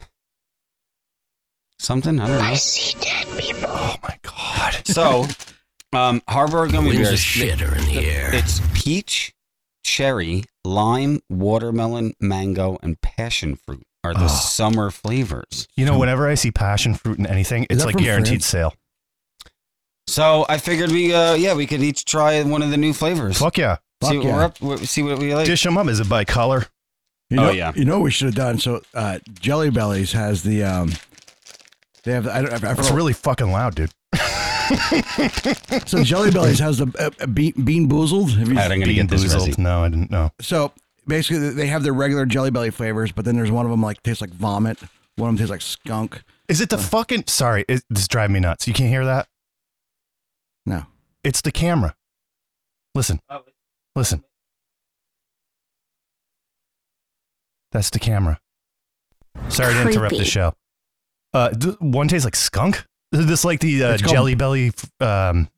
Speaker 4: Something. I don't know.
Speaker 2: oh my god.
Speaker 4: So, um, Harbor gummy
Speaker 8: Winds of
Speaker 4: bears.
Speaker 8: shit are in the air.
Speaker 4: It's peach, cherry, lime, watermelon, mango, and passion fruit are the
Speaker 2: Oh.
Speaker 4: summer flavors.
Speaker 2: You know, whenever I see passion fruit in anything, it's
Speaker 3: that
Speaker 2: like
Speaker 3: from
Speaker 2: guaranteed
Speaker 3: France?
Speaker 2: sale.
Speaker 4: So I figured we, uh, yeah, we could each try one of the new flavors.
Speaker 2: Fuck yeah.
Speaker 3: Fuck
Speaker 4: see what we're
Speaker 3: yeah.
Speaker 4: up. what- See what we like.
Speaker 2: Dish them up. Is it by color?
Speaker 3: You know,
Speaker 4: Oh, yeah.
Speaker 3: You know what we should have done? So uh, Jelly Bellies has the, um, they have, the, I don't, I, I
Speaker 2: It's
Speaker 4: Oh.
Speaker 3: forgot-
Speaker 2: really fucking loud, dude.
Speaker 3: so Jelly Bellies has the uh, uh, bean, bean boozled. Have you,
Speaker 4: All right, I'm gonna
Speaker 2: Bean
Speaker 4: get this.
Speaker 2: boozled.
Speaker 4: Rezzy.
Speaker 2: No, I didn't know.
Speaker 3: so basically they have their regular Jelly Belly flavors, but then there's one of them like tastes like vomit. One of them tastes like skunk.
Speaker 2: Is
Speaker 4: Oh.
Speaker 2: it the fucking? Sorry, it, this is driving me nuts. You can't hear that.
Speaker 3: No.
Speaker 2: It's the camera. Listen,
Speaker 4: Oh,
Speaker 2: listen. That's the camera. Sorry to interrupt the
Speaker 9: Creepy.
Speaker 2: show. Uh, th- one tastes like skunk. Is this like the uh,
Speaker 3: It's called-
Speaker 2: Jelly Belly? f- Um,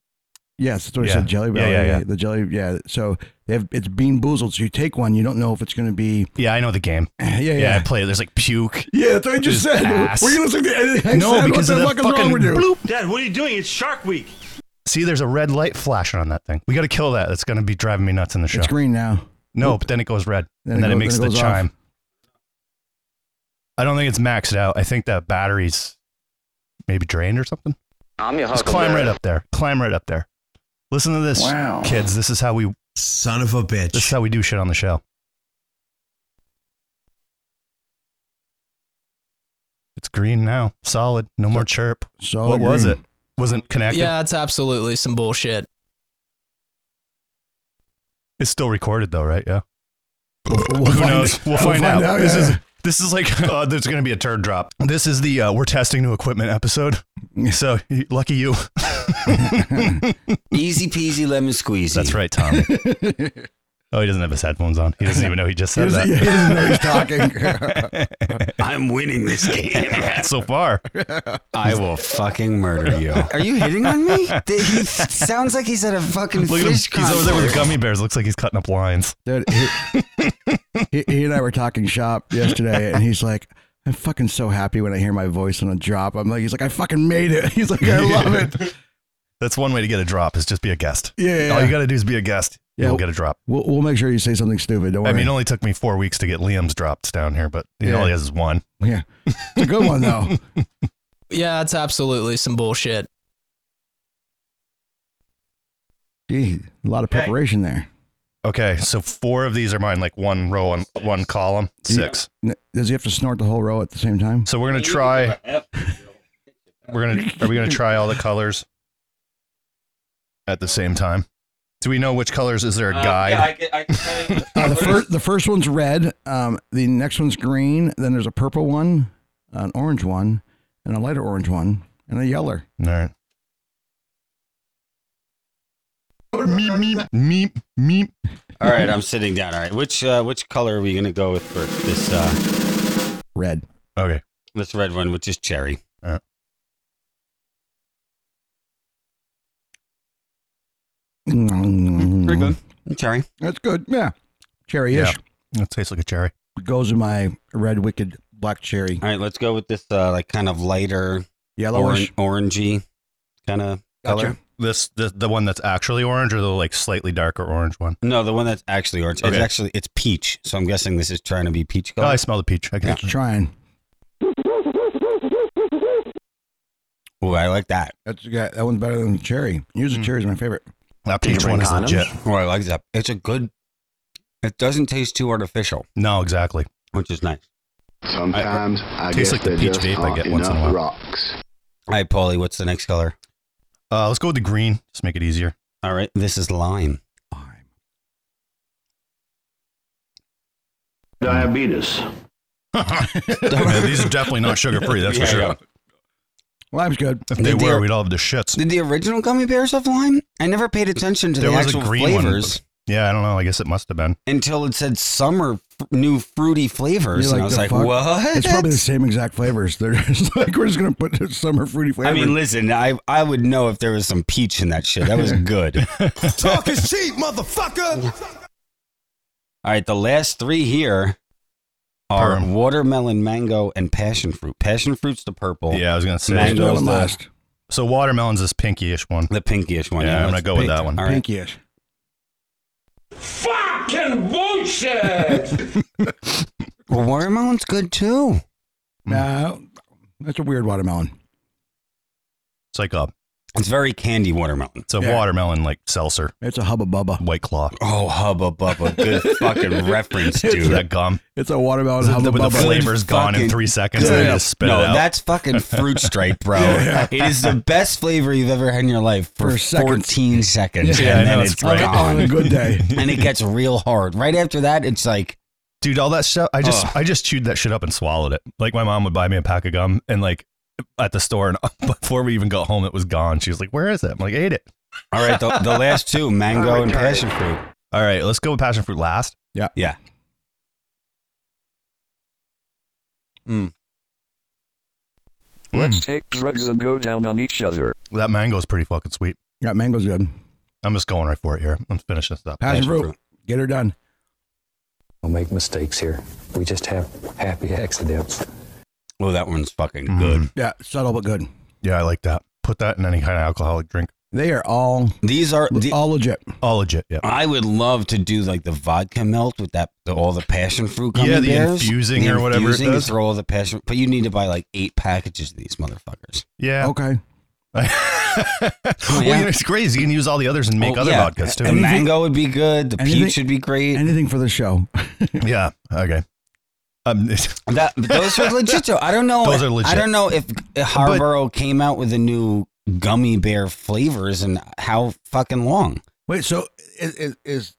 Speaker 3: Yes, that's what
Speaker 2: Yeah.
Speaker 3: I said. Jelly
Speaker 2: Yeah,
Speaker 3: belly.
Speaker 2: yeah, yeah.
Speaker 3: The jelly. Yeah. So they have it's bean boozled. So you take one, you don't know if it's going to be.
Speaker 2: yeah, I know the game.
Speaker 3: Yeah,
Speaker 2: Yeah,
Speaker 3: yeah,
Speaker 2: I play it. The's like puke.
Speaker 3: Yeah, that's what I just
Speaker 2: Just
Speaker 3: said.
Speaker 2: ass.
Speaker 3: Were you listening to anything I
Speaker 2: no,
Speaker 3: said?
Speaker 2: because of
Speaker 3: what the
Speaker 2: that
Speaker 3: fuck is
Speaker 2: fucking
Speaker 3: wrong with you?
Speaker 2: bloop.
Speaker 6: Dad, what are you doing? It's Shark Week.
Speaker 2: See, there's a red light flashing on that thing. We got to kill that. That's gonna be driving me nuts in the show.
Speaker 3: It's green now.
Speaker 2: No, but then it goes red,
Speaker 3: Then
Speaker 2: and
Speaker 3: it
Speaker 2: then it
Speaker 3: go-
Speaker 2: makes
Speaker 3: then it
Speaker 2: the
Speaker 3: goes off.
Speaker 2: chime. I don't think it's maxed out. I think that battery's maybe drained or something.
Speaker 10: I'm your
Speaker 2: Just climb right up there. Climb right up there. Listen to this,
Speaker 3: Wow.
Speaker 2: kids. This is how we.
Speaker 6: Son of a bitch.
Speaker 2: This is how we do shit on the show. It's green now. Solid. No more chirp.
Speaker 3: So
Speaker 2: What was it? Wasn't connected.
Speaker 5: Yeah, it's absolutely some bullshit.
Speaker 2: It's still recorded though, right? Yeah.
Speaker 3: We'll
Speaker 2: Who
Speaker 3: find-
Speaker 2: knows? We'll,
Speaker 3: we'll
Speaker 2: find, out. This
Speaker 3: yeah.
Speaker 2: is this is like uh, there's going to be a turd drop. This is the uh, we're testing new equipment episode. So y- lucky you.
Speaker 4: Easy peasy lemon squeezy.
Speaker 2: That's right, Tom. oh, he doesn't have his headphones on. He doesn't even know he just said that.
Speaker 3: he doesn't know he's talking.
Speaker 4: I'm winning this game.
Speaker 2: So far,
Speaker 4: I will fucking murder you. Are you hitting on me? Th- He f- sounds like he's at a fucking
Speaker 2: look at him.
Speaker 4: fish
Speaker 2: He's over there with
Speaker 4: concert.
Speaker 2: gummy bears. Looks like he's cutting up lines.
Speaker 3: Dude, he, he, he and I were talking shop yesterday, and he's like, I'm fucking so happy when I hear my voice on a drop. I'm like, he's like, I fucking made it. He's like, I love it.
Speaker 2: That's one way to get a drop is just be a guest.
Speaker 3: Yeah, yeah,
Speaker 2: All you
Speaker 3: yeah.
Speaker 2: got to do is be a guest.
Speaker 3: Yeah.
Speaker 2: You'll get a drop.
Speaker 3: We'll, we'll make sure you say something stupid. Don't worry.
Speaker 2: I mean, it only took me four weeks to get Liam's drops down here, but he
Speaker 3: Yeah.
Speaker 2: only has one.
Speaker 3: yeah. It's a good one, though.
Speaker 5: Yeah, it's absolutely some bullshit.
Speaker 3: Gee, a lot of preparation there.
Speaker 2: Okay, so four of these are mine, like one row on one column, six.
Speaker 3: N- Does he have to snort the whole row at the same time?
Speaker 2: So we're gonna try. We're gonna are we gonna try all the colors at the same time? Do we know which colors? Is there a guide?
Speaker 3: Uh, the, fir- the first one's red. Um, the next one's green. Then there's a purple one, an orange one, and a lighter orange one, and a yeller.
Speaker 2: all right. Meep meep meep meep.
Speaker 4: All right, I'm sitting down. All right, which uh, which color are we gonna go with for this uh,
Speaker 3: Red.
Speaker 2: Okay.
Speaker 4: this red one, which is cherry? Pretty good. Mm-hmm. Cherry.
Speaker 3: That's good. Yeah. Cherry ish.
Speaker 2: It tastes like a cherry.
Speaker 3: Goes in my red wicked black cherry.
Speaker 4: All right, let's go with this uh, like kind of lighter,
Speaker 3: Yellowish.
Speaker 4: orange, orangey kind of
Speaker 3: Gotcha.
Speaker 4: color.
Speaker 2: This the the one that's actually orange, or the like slightly darker orange one.
Speaker 4: No, the one that's actually orange.
Speaker 2: Okay.
Speaker 4: It's actually it's peach. So I'm guessing this is trying to be peach
Speaker 2: Oh, I
Speaker 4: color.
Speaker 2: smell the peach. I can.
Speaker 3: It's trying.
Speaker 4: Ooh, I like that.
Speaker 3: That's yeah, that one's better than the cherry.
Speaker 4: Mm.
Speaker 3: Usually cherry's my favorite.
Speaker 2: That peach one is legit.
Speaker 4: Oh, I like that. It's a good. It doesn't taste too artificial,
Speaker 2: No, exactly.
Speaker 4: which is nice.
Speaker 8: Sometimes I,
Speaker 2: Tastes
Speaker 8: guess
Speaker 2: like the
Speaker 8: there
Speaker 2: peach
Speaker 8: just
Speaker 2: vape I
Speaker 8: aren't
Speaker 2: get once in a
Speaker 8: enough
Speaker 2: while.
Speaker 8: Rocks.
Speaker 4: All right, Paulie, what's the next color?
Speaker 2: Uh, let's go with the green. Just make it easier.
Speaker 4: All right, this is lime.
Speaker 8: Diabetes.
Speaker 2: Yeah, these are definitely not sugar free. That's for
Speaker 4: Yeah,
Speaker 2: sure.
Speaker 4: yeah.
Speaker 3: Lime's good.
Speaker 2: If they
Speaker 4: Did
Speaker 2: were,
Speaker 4: your-
Speaker 2: we'd all have the shits.
Speaker 4: Did the original gummy bears have lime? I never paid attention to
Speaker 2: There
Speaker 4: the
Speaker 2: was a
Speaker 4: actual
Speaker 2: green one.
Speaker 4: flavors
Speaker 2: Yeah, I don't know. I guess it must have been.
Speaker 4: until it said summer f- new fruity flavors,
Speaker 3: You're like,
Speaker 4: and I was
Speaker 3: the
Speaker 4: like,
Speaker 3: fuck?
Speaker 4: "What?"
Speaker 3: It's probably the same exact flavors. They're just like we're just gonna put summer fruity
Speaker 4: I
Speaker 3: flavor.
Speaker 4: mean, listen, I I would know if there was some peach in that shit. That was good.
Speaker 6: Talk is cheap, motherfucker.
Speaker 4: All right, the last three here are
Speaker 2: Perm.
Speaker 4: watermelon, mango, and passion fruit. Passion fruit's the purple.
Speaker 2: Yeah, I was gonna say.
Speaker 4: Mango.
Speaker 3: Still
Speaker 4: Those
Speaker 3: in
Speaker 4: the-
Speaker 3: last.
Speaker 2: So watermelon's this pinky-ish one.
Speaker 4: The pinkish one.
Speaker 2: Yeah, I'm gonna
Speaker 4: let's
Speaker 2: go with
Speaker 4: pick-
Speaker 2: that one.
Speaker 4: All right.
Speaker 3: Pinkish.
Speaker 4: Well, watermelon's good too.
Speaker 3: Nah, that's a weird watermelon.
Speaker 2: It's like a
Speaker 4: It's very candy watermelon.
Speaker 2: it's a
Speaker 3: Yeah.
Speaker 2: watermelon like seltzer,
Speaker 3: It's a hubba bubba.
Speaker 2: white claw.
Speaker 4: Oh, hubba bubba. Good fucking reference,
Speaker 2: Dude,
Speaker 4: dude.
Speaker 2: that gum.
Speaker 3: It's a
Speaker 4: Oh,
Speaker 3: watermelon
Speaker 2: The,
Speaker 3: hubba
Speaker 2: the, the
Speaker 3: bubba.
Speaker 2: flavor's gone in
Speaker 4: fucking
Speaker 2: three seconds, and they
Speaker 4: Yeah.
Speaker 2: just spit
Speaker 4: no,
Speaker 2: it out.
Speaker 4: that's fucking fruit stripe, bro. It is the best flavor you've ever had in your life for,
Speaker 3: For seconds.
Speaker 4: 14 seconds,
Speaker 2: Yeah, I
Speaker 4: and
Speaker 2: know,
Speaker 4: then
Speaker 2: it's
Speaker 4: it's
Speaker 2: great.
Speaker 3: on a
Speaker 4: gone.
Speaker 3: good day.
Speaker 4: and it gets real hard. Right after that, it's like
Speaker 2: Dude, all that stuff. I just
Speaker 4: Ugh.
Speaker 2: I just chewed that shit up and swallowed it. Like my mom would buy me a pack of gum, and like at the store, and before we even got home, it was gone. She was like, "Where is it?" I'm like, "Ate it."
Speaker 4: All right, the, the last two, mango and passion fruit.
Speaker 2: All right, let's go with passion fruit last.
Speaker 4: Yeah.
Speaker 2: Mm,
Speaker 9: Take drugs and go down on each other.
Speaker 2: that mango's pretty fucking sweet.
Speaker 3: Yeah, mango's good.
Speaker 2: I'm just going right for it here. I'm finishing this up.
Speaker 3: Passion fruit. Get her done.
Speaker 10: We'll make mistakes here. We just have happy accidents.
Speaker 4: Oh, that one's fucking
Speaker 2: Mm.
Speaker 4: good.
Speaker 3: Yeah, subtle but good.
Speaker 2: Yeah, I like that. Put that in any kind of alcoholic drink.
Speaker 3: They are all
Speaker 4: These are. The,
Speaker 2: Oh.
Speaker 3: all legit.
Speaker 2: All legit. Yeah.
Speaker 4: I would love to do like the vodka melt with that, the, all the passion fruit. Gummy
Speaker 2: Yeah, the
Speaker 4: bears.
Speaker 2: infusing or whatever it
Speaker 4: infusing,
Speaker 2: does.
Speaker 4: Throw all the passion, but you need to buy like eight packages of these motherfuckers.
Speaker 2: Yeah.
Speaker 3: Okay.
Speaker 2: Oh, well,
Speaker 4: yeah.
Speaker 2: you know, it's crazy. You can use all the others and make
Speaker 4: Oh,
Speaker 2: other
Speaker 4: yeah.
Speaker 2: vodkas
Speaker 4: The
Speaker 2: too.
Speaker 3: And-
Speaker 4: mango would be good. The
Speaker 3: Anything-
Speaker 4: peach would be great.
Speaker 3: Anything for the show.
Speaker 2: yeah. Okay. Um,
Speaker 4: that but those are legit. Though. I don't know.
Speaker 2: Those are legit.
Speaker 4: I don't know if Harborough came out with the new gummy bear flavors and how fucking long.
Speaker 3: Wait, so is, is, is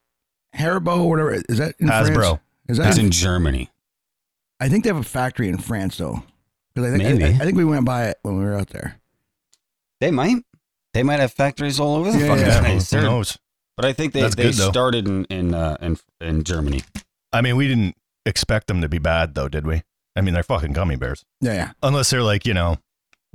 Speaker 3: Haribo, whatever is that? In
Speaker 2: Hasbro.
Speaker 3: France? Is that?
Speaker 4: It's in Germany.
Speaker 3: I think they have a factory in France though, because I think
Speaker 4: Maybe.
Speaker 3: I, I think we went by it when we were out there.
Speaker 4: They might. They might have factories all over the
Speaker 3: Yeah,
Speaker 4: fucking
Speaker 3: yeah.
Speaker 4: place.
Speaker 2: Who
Speaker 4: They're-
Speaker 2: knows?
Speaker 4: But I think they,
Speaker 2: That's
Speaker 4: they
Speaker 2: good, though.
Speaker 4: started in in, uh, in in Germany.
Speaker 2: I mean, we didn't expect them to be bad, though, did we? I mean, they're fucking gummy bears.
Speaker 3: Yeah, yeah.
Speaker 2: Unless they're like, you know,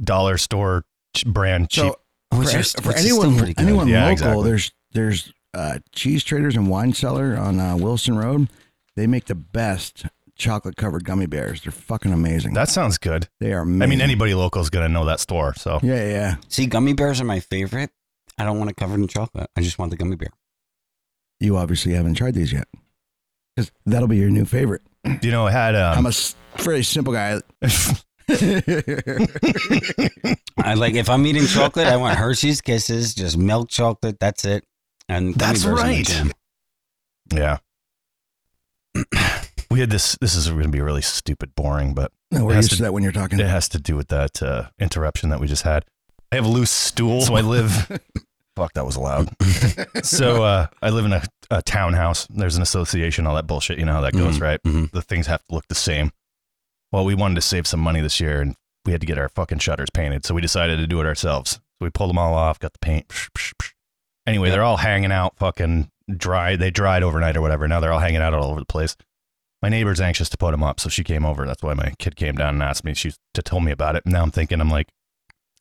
Speaker 2: dollar store ch- brand cheap.
Speaker 3: So
Speaker 4: Which
Speaker 3: for, for
Speaker 4: are- which Oh, is still
Speaker 3: anyone
Speaker 4: pretty good.
Speaker 3: anyone
Speaker 2: Yeah,
Speaker 3: local,
Speaker 2: exactly.
Speaker 3: there's there's uh, cheese traders and wine cellar on uh, Wilson Road. They make the best chocolate covered gummy bears. They're fucking amazing.
Speaker 2: that sounds good.
Speaker 3: they are. Amazing.
Speaker 2: I mean, anybody local is going to know that store. So
Speaker 3: Yeah, yeah, yeah.
Speaker 4: See, gummy bears are my favorite. I don't want it covered in chocolate. I just want the gummy bear.
Speaker 3: You obviously haven't tried these yet, because that'll be your new favorite.
Speaker 2: you know, I had
Speaker 3: I'm
Speaker 2: um,
Speaker 3: a s- very simple guy.
Speaker 4: I like if I'm eating chocolate, I want Hershey's Kisses, just milk chocolate. That's it. And gummy
Speaker 2: That's
Speaker 4: bears in the
Speaker 2: right.
Speaker 4: jam.
Speaker 2: yeah. we had this. This is going to be really stupid, boring, but
Speaker 3: No, we're
Speaker 2: Has
Speaker 3: used
Speaker 2: to-
Speaker 3: to that when you're talking.
Speaker 2: it has to do with that uh, interruption that we just had. I have a loose stool, so I live. Fuck, that was loud. so uh, I live in a, a townhouse. There's an association, all that bullshit. You know how that goes, right?
Speaker 4: mhm.
Speaker 2: The things have to look the same. Well, we wanted to save some money this year, and we had to get our fucking shutters painted, so we decided to do it ourselves. So we pulled them all off, got the paint. Psh, psh, psh. Anyway, they're all hanging out, fucking dry. They dried overnight or whatever. Now they're all hanging out all over the place. My neighbor's anxious to put them up, so she came over. That's why my kid came down and asked me she, to tell me about it. And now I'm thinking, I'm like,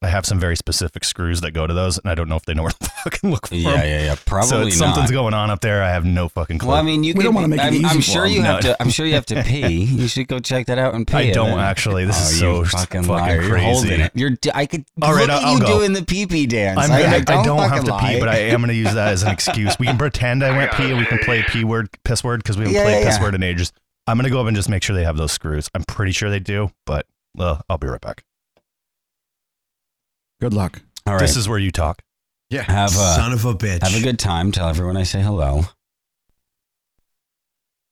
Speaker 2: I have some very specific screws that go to those, and I don't know if they know where to fucking look for 'em.
Speaker 4: Yeah, yeah, yeah. Probably
Speaker 2: So it's- something's
Speaker 4: not.
Speaker 2: going on up there. I have no fucking clue.
Speaker 4: well, I mean, you
Speaker 3: We
Speaker 4: could,
Speaker 3: don't wanna make it
Speaker 4: I'm,
Speaker 3: easy
Speaker 4: I'm
Speaker 3: for
Speaker 4: sure
Speaker 3: them.
Speaker 4: you have
Speaker 2: No.
Speaker 4: to. I'm sure you have to pee. You should go check that out and pee.
Speaker 2: I
Speaker 4: it
Speaker 2: don't
Speaker 4: then.
Speaker 2: actually. This is
Speaker 4: Oh,
Speaker 2: so
Speaker 4: you
Speaker 2: fucking
Speaker 4: liar. You're
Speaker 2: crazy.
Speaker 4: holding it. You're. d- I could.
Speaker 2: All right,
Speaker 4: look
Speaker 2: I'll-
Speaker 4: at
Speaker 2: I'll
Speaker 4: you
Speaker 2: go.
Speaker 4: doing the pee pee dance.
Speaker 2: I'm
Speaker 4: I,
Speaker 2: gonna, I,
Speaker 4: I
Speaker 2: don't have
Speaker 4: fucking
Speaker 2: to
Speaker 4: lie.
Speaker 2: pee, but I am going to use that as an excuse. We can pretend I went pee, and we can play p word, piss word, because we haven't
Speaker 4: Yeah,
Speaker 2: played
Speaker 4: yeah,
Speaker 2: piss
Speaker 4: yeah.
Speaker 2: word in ages. I'm going to go up and just make sure they have those screws. I'm pretty sure they do, but uh, I'll be right back.
Speaker 3: Good luck.
Speaker 4: All right.
Speaker 2: This is where you talk.
Speaker 4: have a
Speaker 6: Son of a bitch.
Speaker 4: have a good time. Tell everyone I say hello.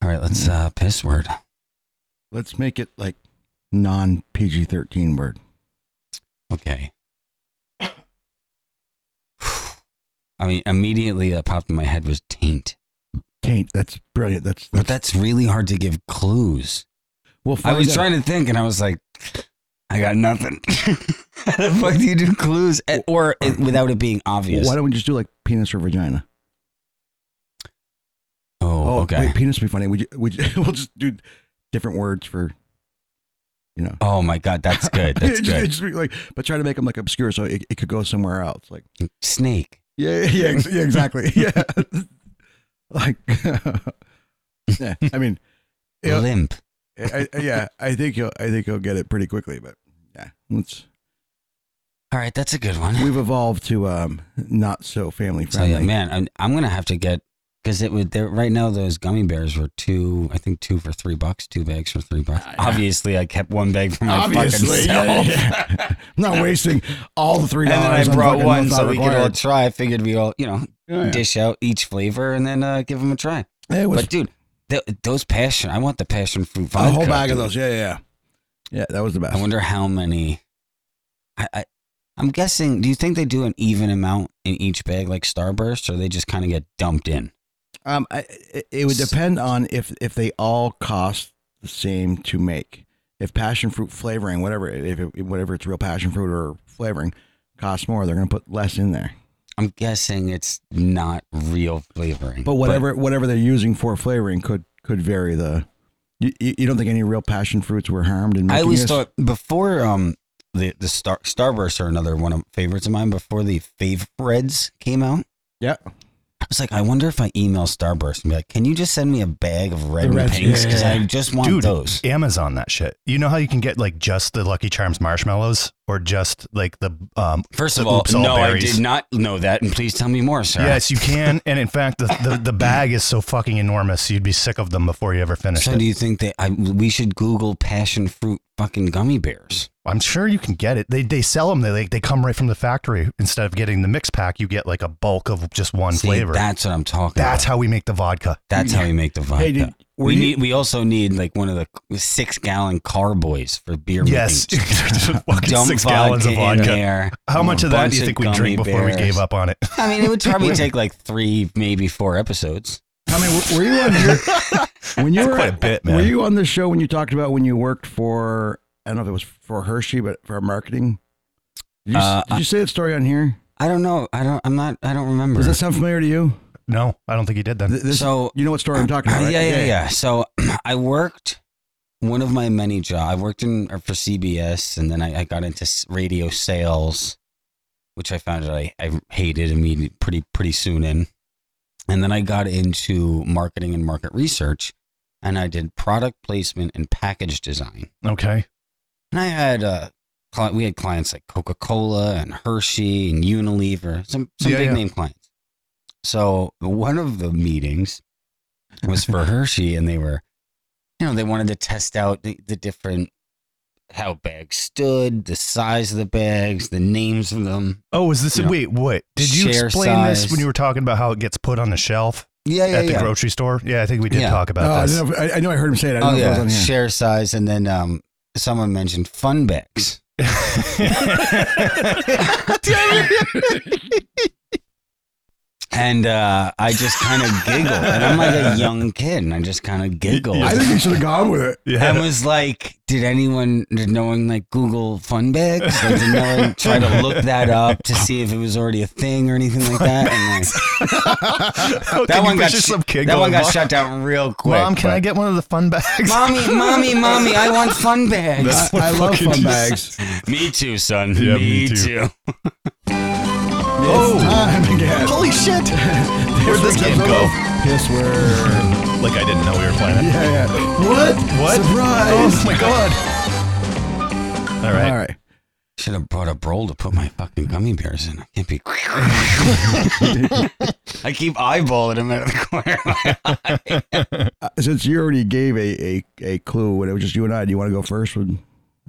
Speaker 4: All right. Let's uh, piss word.
Speaker 3: Let's make it like non PG thirteen word.
Speaker 4: Okay. I mean, immediately that popped in my head was taint,
Speaker 3: Taint. That's brilliant. That's
Speaker 4: but
Speaker 3: that's.
Speaker 4: that's really hard to give clues.
Speaker 3: we'll
Speaker 4: I
Speaker 3: find
Speaker 4: was
Speaker 3: out.
Speaker 4: trying to think, and I was like, I got nothing. How the fuck do you do clues, And- or it, without it being obvious?
Speaker 3: Why don't we just do like penis or vagina?
Speaker 4: oh, okay.
Speaker 3: Wait, penis would be funny. Would you, would you, we'll just do different words for, you know.
Speaker 4: Oh my god, that's good. That's
Speaker 3: Just-
Speaker 4: good.
Speaker 3: just be like, but try to make them like obscure so it, it could go somewhere else. Like,
Speaker 4: Snake.
Speaker 3: yeah, yeah, ex- yeah exactly. Yeah. like, yeah, I mean, Yeah.
Speaker 4: Limp.
Speaker 3: I, I- yeah, I think you'll, I think you'll get it pretty quickly, but yeah, let's,
Speaker 4: All right, that's a good one.
Speaker 3: we've evolved to, um, not so family
Speaker 4: So yeah,
Speaker 3: friendly.
Speaker 4: man, I'm, I'm gonna have to get because it would there right now. Those gummy bears were two, I think two for three bucks, two bags for three bucks. Obviously, I kept one bag for my
Speaker 3: Ah, Obviously,
Speaker 4: fucking self,
Speaker 3: yeah, yeah, yeah. I'm not wasting all the three
Speaker 4: and then
Speaker 3: dollars.
Speaker 4: I
Speaker 3: on
Speaker 4: brought
Speaker 3: fucking
Speaker 4: one
Speaker 3: Not
Speaker 4: so we could all
Speaker 3: Required.
Speaker 4: try. I figured we all you know
Speaker 3: Yeah, yeah.
Speaker 4: dish out each flavor and then uh, give them a try.
Speaker 3: It was
Speaker 4: But dude, th- those passion, I want the passion fruit vodka.
Speaker 3: a whole bag of
Speaker 4: dude.
Speaker 3: those. Yeah, yeah, yeah. Yeah, that was the best.
Speaker 4: I wonder how many. I, I, I'm guessing. Do you think they do an even amount in each bag, like Starburst, or they just kind of get dumped in?
Speaker 3: um, I, it, it would depend on if if they all cost the same to make. If passion fruit flavoring, whatever, if it, whatever it's real passion fruit or flavoring, costs more, they're gonna put less in there.
Speaker 4: I'm guessing it's not real flavoring.
Speaker 3: But whatever whatever they're using for flavoring could could vary the. You, you you don't think any real passion fruits were harmed in making
Speaker 4: I always
Speaker 3: this?
Speaker 4: thought before um the the Star Starburst are another one of favorites of mine. Before the favorites came out,
Speaker 3: yeah,
Speaker 4: I was like, I wonder if I email Starburst and be like, can you just send me a bag of red
Speaker 3: The
Speaker 4: and
Speaker 3: reds,
Speaker 4: pinks
Speaker 3: yeah,
Speaker 4: because
Speaker 3: yeah,
Speaker 4: I just want
Speaker 2: Dude,
Speaker 4: those.
Speaker 2: Amazon that shit. You know how you can get like just the Lucky Charms marshmallows or just like the um
Speaker 4: First
Speaker 2: the
Speaker 4: of all,
Speaker 2: Oops
Speaker 4: no, I
Speaker 2: berries?
Speaker 4: did not know that, and please tell me more, sir.
Speaker 2: Yes, you can. And in fact, the, the, the bag is so fucking enormous, you'd be sick of them before you ever finish
Speaker 4: So
Speaker 2: it.
Speaker 4: do you think that I, we should Google passion fruit fucking gummy bears?
Speaker 2: I'm sure you can get it. They they sell them. They like they come right from the factory. Instead of getting the mix pack, you get like a bulk of just one
Speaker 4: See,
Speaker 2: flavor.
Speaker 4: That's what I'm talking.
Speaker 2: That's
Speaker 4: about.
Speaker 2: how we make the vodka.
Speaker 4: That's how you make the vodka.
Speaker 3: Hey, dude, were
Speaker 4: we
Speaker 3: you-
Speaker 4: need. We also need like one of the six gallon carboys for beer.
Speaker 2: Yes,
Speaker 4: making.
Speaker 2: fucking
Speaker 4: Dump
Speaker 2: six gallons of
Speaker 4: vodka in
Speaker 2: vodka.
Speaker 4: there.
Speaker 2: How much
Speaker 4: A
Speaker 2: of that do
Speaker 4: bunch
Speaker 2: you
Speaker 4: of
Speaker 2: think we
Speaker 4: gummy
Speaker 2: drink before we
Speaker 4: bears.
Speaker 2: gave up on it?
Speaker 4: I mean, it would probably take like three, maybe four episodes.
Speaker 3: Tommy, w- were you on your, when you were
Speaker 2: quite a bit, man.
Speaker 3: Were you on the show when you talked about when you worked for I don't know if it was for Hershey, but for marketing? Did you, s-
Speaker 4: Uh,
Speaker 3: did you say that story on here?
Speaker 4: I don't know. I don't. I'm not. I don't remember.
Speaker 3: Does that sound familiar to you?
Speaker 2: No, I don't think he did then.
Speaker 3: Th- this-
Speaker 4: So-
Speaker 3: you know what story I'm talking about?
Speaker 4: Uh,
Speaker 3: right?
Speaker 4: Yeah, yeah, yeah. So I worked one of my many jobs. I worked in uh, for CBS, and then I, I got into s- radio sales, which I found out I, I hated immediately, pretty pretty soon in. And then I got into marketing and market research, and I did product placement and package design.
Speaker 2: Okay.
Speaker 4: And I had uh, cli- we had clients like Coca Cola and Hershey and Unilever, some some
Speaker 2: Yeah,
Speaker 4: big
Speaker 2: yeah.
Speaker 4: name clients. So one of the meetings was for Hershey, and they were, you know, they wanted to test out the, the different how bags stood, the size of the bags, the names of them.
Speaker 2: Oh, is this
Speaker 4: You know,
Speaker 2: wait, what? Did you
Speaker 4: share
Speaker 2: explain this
Speaker 4: size.
Speaker 2: when you were talking about how it gets put on the shelf
Speaker 4: Yeah, yeah,
Speaker 2: at the
Speaker 4: yeah.
Speaker 2: grocery store? Yeah, I think we did
Speaker 4: Yeah.
Speaker 2: talk
Speaker 3: Oh, I,
Speaker 2: about this.
Speaker 3: don't know if- I, I know I heard him say it. I don't
Speaker 4: oh
Speaker 3: know if it
Speaker 4: yeah,
Speaker 3: was on here.
Speaker 4: share size, and then um, someone mentioned fun bags. And uh, I just kind of giggled. And I'm like a young kid, and I just kind of giggled.
Speaker 3: I think you should have gone with it.
Speaker 2: Yeah.
Speaker 4: and was like, did anyone did no one like Google fun bags? Like, did no one try to look that up to see if it was already a thing or anything like that? And like,
Speaker 2: How can
Speaker 4: that
Speaker 2: you
Speaker 4: one got
Speaker 2: picture
Speaker 4: sh-
Speaker 2: some kid
Speaker 4: that one
Speaker 2: going,
Speaker 4: got
Speaker 2: "Mom,
Speaker 4: shut down real quick.
Speaker 2: Mom, can I
Speaker 4: but-
Speaker 2: get one of the fun bags?
Speaker 4: Mommy, mommy, mommy! I want fun bags.
Speaker 3: I, I love fun bags.
Speaker 4: me too, son.
Speaker 2: Yeah, me
Speaker 4: me,
Speaker 2: too.
Speaker 4: too.
Speaker 3: Oh, time again.
Speaker 2: Holy shit! Where'd this game go?
Speaker 3: Yes, we're.
Speaker 2: Like I didn't know we were playing it.
Speaker 3: Yeah, yeah. What?
Speaker 2: What?
Speaker 3: Surprise!
Speaker 2: Oh my god! All right.
Speaker 3: All right.
Speaker 4: Should have brought a roll to put my fucking gummy bears in. I can't be. I keep eyeballing him out of the corner. of my eye.
Speaker 3: Uh, since you already gave a, a, a clue, when it was just you and I, do you want to go first with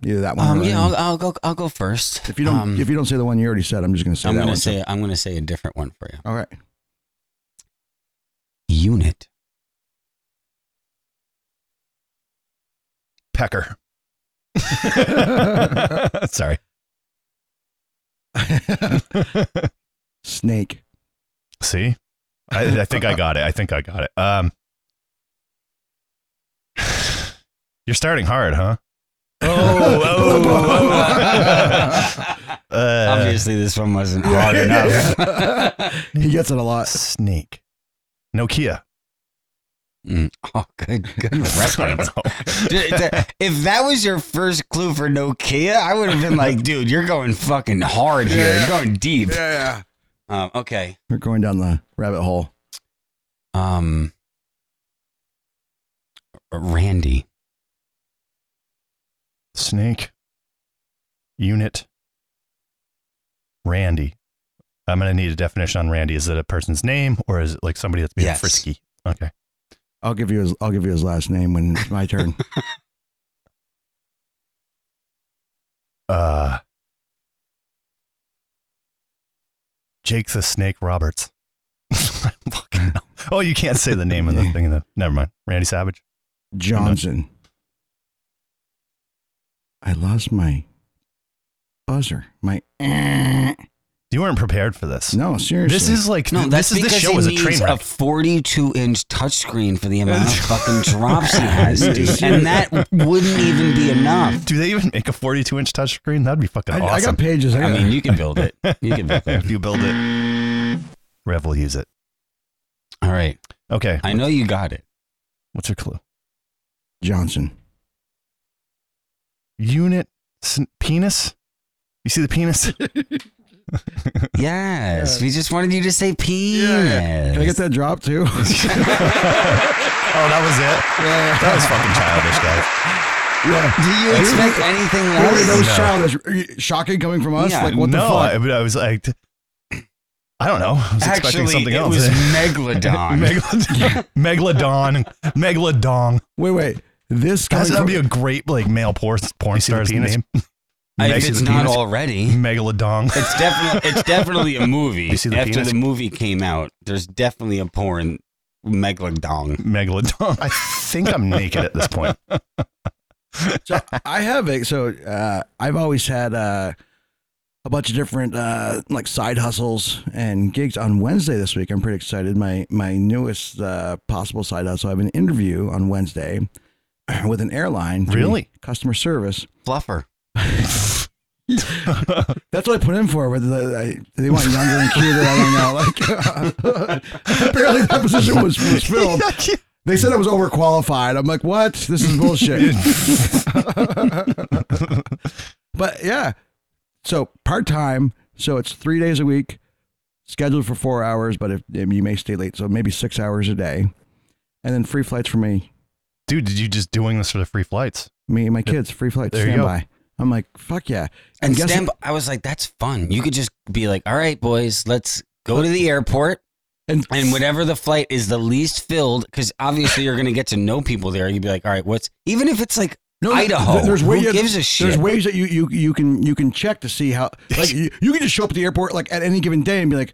Speaker 3: either that one?
Speaker 4: Um,
Speaker 3: or that
Speaker 4: yeah,
Speaker 3: one?
Speaker 4: I'll, I'll go. I'll go first.
Speaker 3: if you don't,
Speaker 4: Um,
Speaker 3: if you don't say the one you already said, I'm just going to say
Speaker 4: I'm
Speaker 3: that
Speaker 4: gonna
Speaker 3: one.
Speaker 4: say. I'm gonna say a different one for you.
Speaker 3: All right.
Speaker 4: Unit.
Speaker 2: Pecker. Sorry.
Speaker 3: Snake.
Speaker 2: See, I, I think I got it. I think I got it. Um, you're starting hard, huh? Oh, oh. uh,
Speaker 4: Obviously, this one wasn't hard enough.
Speaker 3: He gets it a lot.
Speaker 2: Snake. Nokia.
Speaker 4: Mm. Oh, good, good
Speaker 2: I
Speaker 4: reference.
Speaker 2: don't know.
Speaker 4: Dude, that- if that was your first clue for Nokia, I would have been like, dude, you're going fucking hard here. You're going deep.
Speaker 3: Yeah.
Speaker 4: Um, okay.
Speaker 3: We're going down the rabbit hole.
Speaker 4: Um, Randy.
Speaker 2: Snake. Unit. Randy. I'm going to need a definition on Randy. Is it a person's name or is it like somebody that's being
Speaker 4: Yes.
Speaker 2: frisky? Okay.
Speaker 3: I'll give you his. I'll give you his last name when it's my turn.
Speaker 2: Uh, Jake the Snake Roberts. Fucking hell. oh, you can't say the name of the thing, though. Never mind. Randy Savage.
Speaker 3: Johnson. I lost my buzzer. My
Speaker 2: You weren't prepared for this.
Speaker 3: no, seriously.
Speaker 2: This is like,
Speaker 4: No, that's
Speaker 2: this is
Speaker 4: because
Speaker 2: this show
Speaker 4: he
Speaker 2: is a
Speaker 4: needs
Speaker 2: train
Speaker 4: a
Speaker 2: wreck.
Speaker 4: 42 inch touchscreen for the amount of fucking drops he has, dude. And that wouldn't even be enough.
Speaker 2: Do they even make a 42 inch touchscreen? That'd be fucking
Speaker 3: I, I
Speaker 2: awesome.
Speaker 3: got pages. I,
Speaker 4: I
Speaker 3: got,
Speaker 4: mean, you can build it. You can build it.
Speaker 2: if you build it, Rev will use it.
Speaker 4: All right.
Speaker 2: Okay.
Speaker 4: I know you got it.
Speaker 2: What's your clue?
Speaker 3: Johnson.
Speaker 2: Unit sn- penis. You see the penis? Oh,
Speaker 4: Yes. We just wanted you to say penis.
Speaker 3: Can I get that drop too?
Speaker 2: oh, that was it.
Speaker 3: yeah.
Speaker 2: That was fucking childish, guys.
Speaker 3: yeah.
Speaker 4: Do
Speaker 3: Boy,
Speaker 4: you expect anything
Speaker 3: that was
Speaker 4: less?
Speaker 2: No.
Speaker 3: childish. Shocking coming from us.
Speaker 4: Yeah.
Speaker 3: like what
Speaker 2: no,
Speaker 3: the fuck?
Speaker 2: I, I was like, I don't know. I was expecting
Speaker 4: Actually,
Speaker 2: something
Speaker 4: it
Speaker 2: else.
Speaker 4: was Megalodon.
Speaker 2: Megalodon. Megalodon. Megalodon.
Speaker 3: wait, wait. This coming
Speaker 2: Guys, that'd
Speaker 3: from,
Speaker 2: be a great like male porn porn star's name.
Speaker 4: if
Speaker 2: Meg-
Speaker 4: it's
Speaker 2: the
Speaker 4: not
Speaker 2: penis?
Speaker 4: already.
Speaker 2: Megalodon.
Speaker 4: It's definitely it's definitely a movie.
Speaker 2: You see the
Speaker 4: After
Speaker 2: penis?
Speaker 4: the movie came out, there's definitely a porn megalodon.
Speaker 2: Megalodon. I think I'm naked at this point.
Speaker 3: so I have it. So uh, I've always had uh, a bunch of different uh, like side hustles and gigs on Wednesday this week. I'm pretty excited. My my newest uh, possible side hustle. I have an interview on Wednesday with an airline. to be
Speaker 2: Really?
Speaker 3: Customer service.
Speaker 4: Fluffer.
Speaker 3: That's what I put in for. But the, I, they want younger and cuter. I don't know. Like apparently that position was, was filled. They said I was overqualified. I'm like, what? This is bullshit. but yeah, so part time. So it's three days a week, scheduled for four hours, but if you may stay late, so maybe six hours a day, and then free flights for me,
Speaker 2: Dude, did you just doing this for the free flights?
Speaker 3: me and my kids. Free flights,
Speaker 2: There you
Speaker 3: standby.
Speaker 2: go.
Speaker 3: I'm like, fuck yeah.
Speaker 4: And
Speaker 3: guess
Speaker 4: stand, I was like, that's fun. You could just be like, all right, boys, let's go to the airport.
Speaker 3: And-
Speaker 4: And, and whatever the flight is the least filled, because obviously you're going to get to know people there. You'd be like, all right, what's, even if it's like Idaho,
Speaker 3: th-
Speaker 4: who
Speaker 3: ways-
Speaker 4: gives a shit?
Speaker 3: There's ways that you, you you can you can check to see how like you, you can just show up at the airport like at any given day and be like,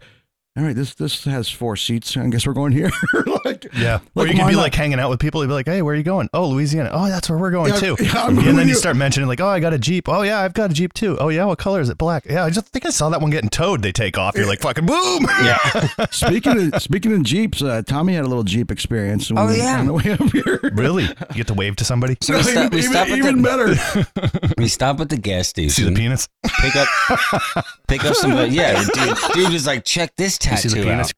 Speaker 3: all right, this this has four seats. I guess we're going here. like,
Speaker 2: Yeah. or
Speaker 3: Like,
Speaker 2: you could
Speaker 3: why
Speaker 2: be
Speaker 3: not?
Speaker 2: like hanging out with people. You'd be like, hey, where are you going? Oh, Louisiana. Oh, that's where we're going
Speaker 3: Yeah,
Speaker 2: too.
Speaker 3: yeah, I'm
Speaker 2: and
Speaker 3: going
Speaker 2: then you
Speaker 3: to-
Speaker 2: start mentioning, like, oh, I got a Jeep. Oh, yeah, I've got a Jeep too. Oh, yeah, what color is it? Black. Yeah, I just think I saw that one getting towed. They take off. You're like, fucking boom. Yeah.
Speaker 3: speaking of, speaking of jeeps, uh, Tommy had a little jeep experience. when
Speaker 4: Oh,
Speaker 3: we-
Speaker 4: yeah.
Speaker 3: on the way up here.
Speaker 2: really? You get to wave to somebody?
Speaker 4: So we stop, we,
Speaker 3: even
Speaker 4: stop at
Speaker 3: even
Speaker 4: the,
Speaker 3: better.
Speaker 4: we stop at the gas
Speaker 2: See the
Speaker 4: station,
Speaker 2: penis?
Speaker 4: pick up, pick up some. Yeah, dude, dude was like, check this
Speaker 2: You see
Speaker 4: tattoo
Speaker 2: the
Speaker 4: out.
Speaker 2: penis?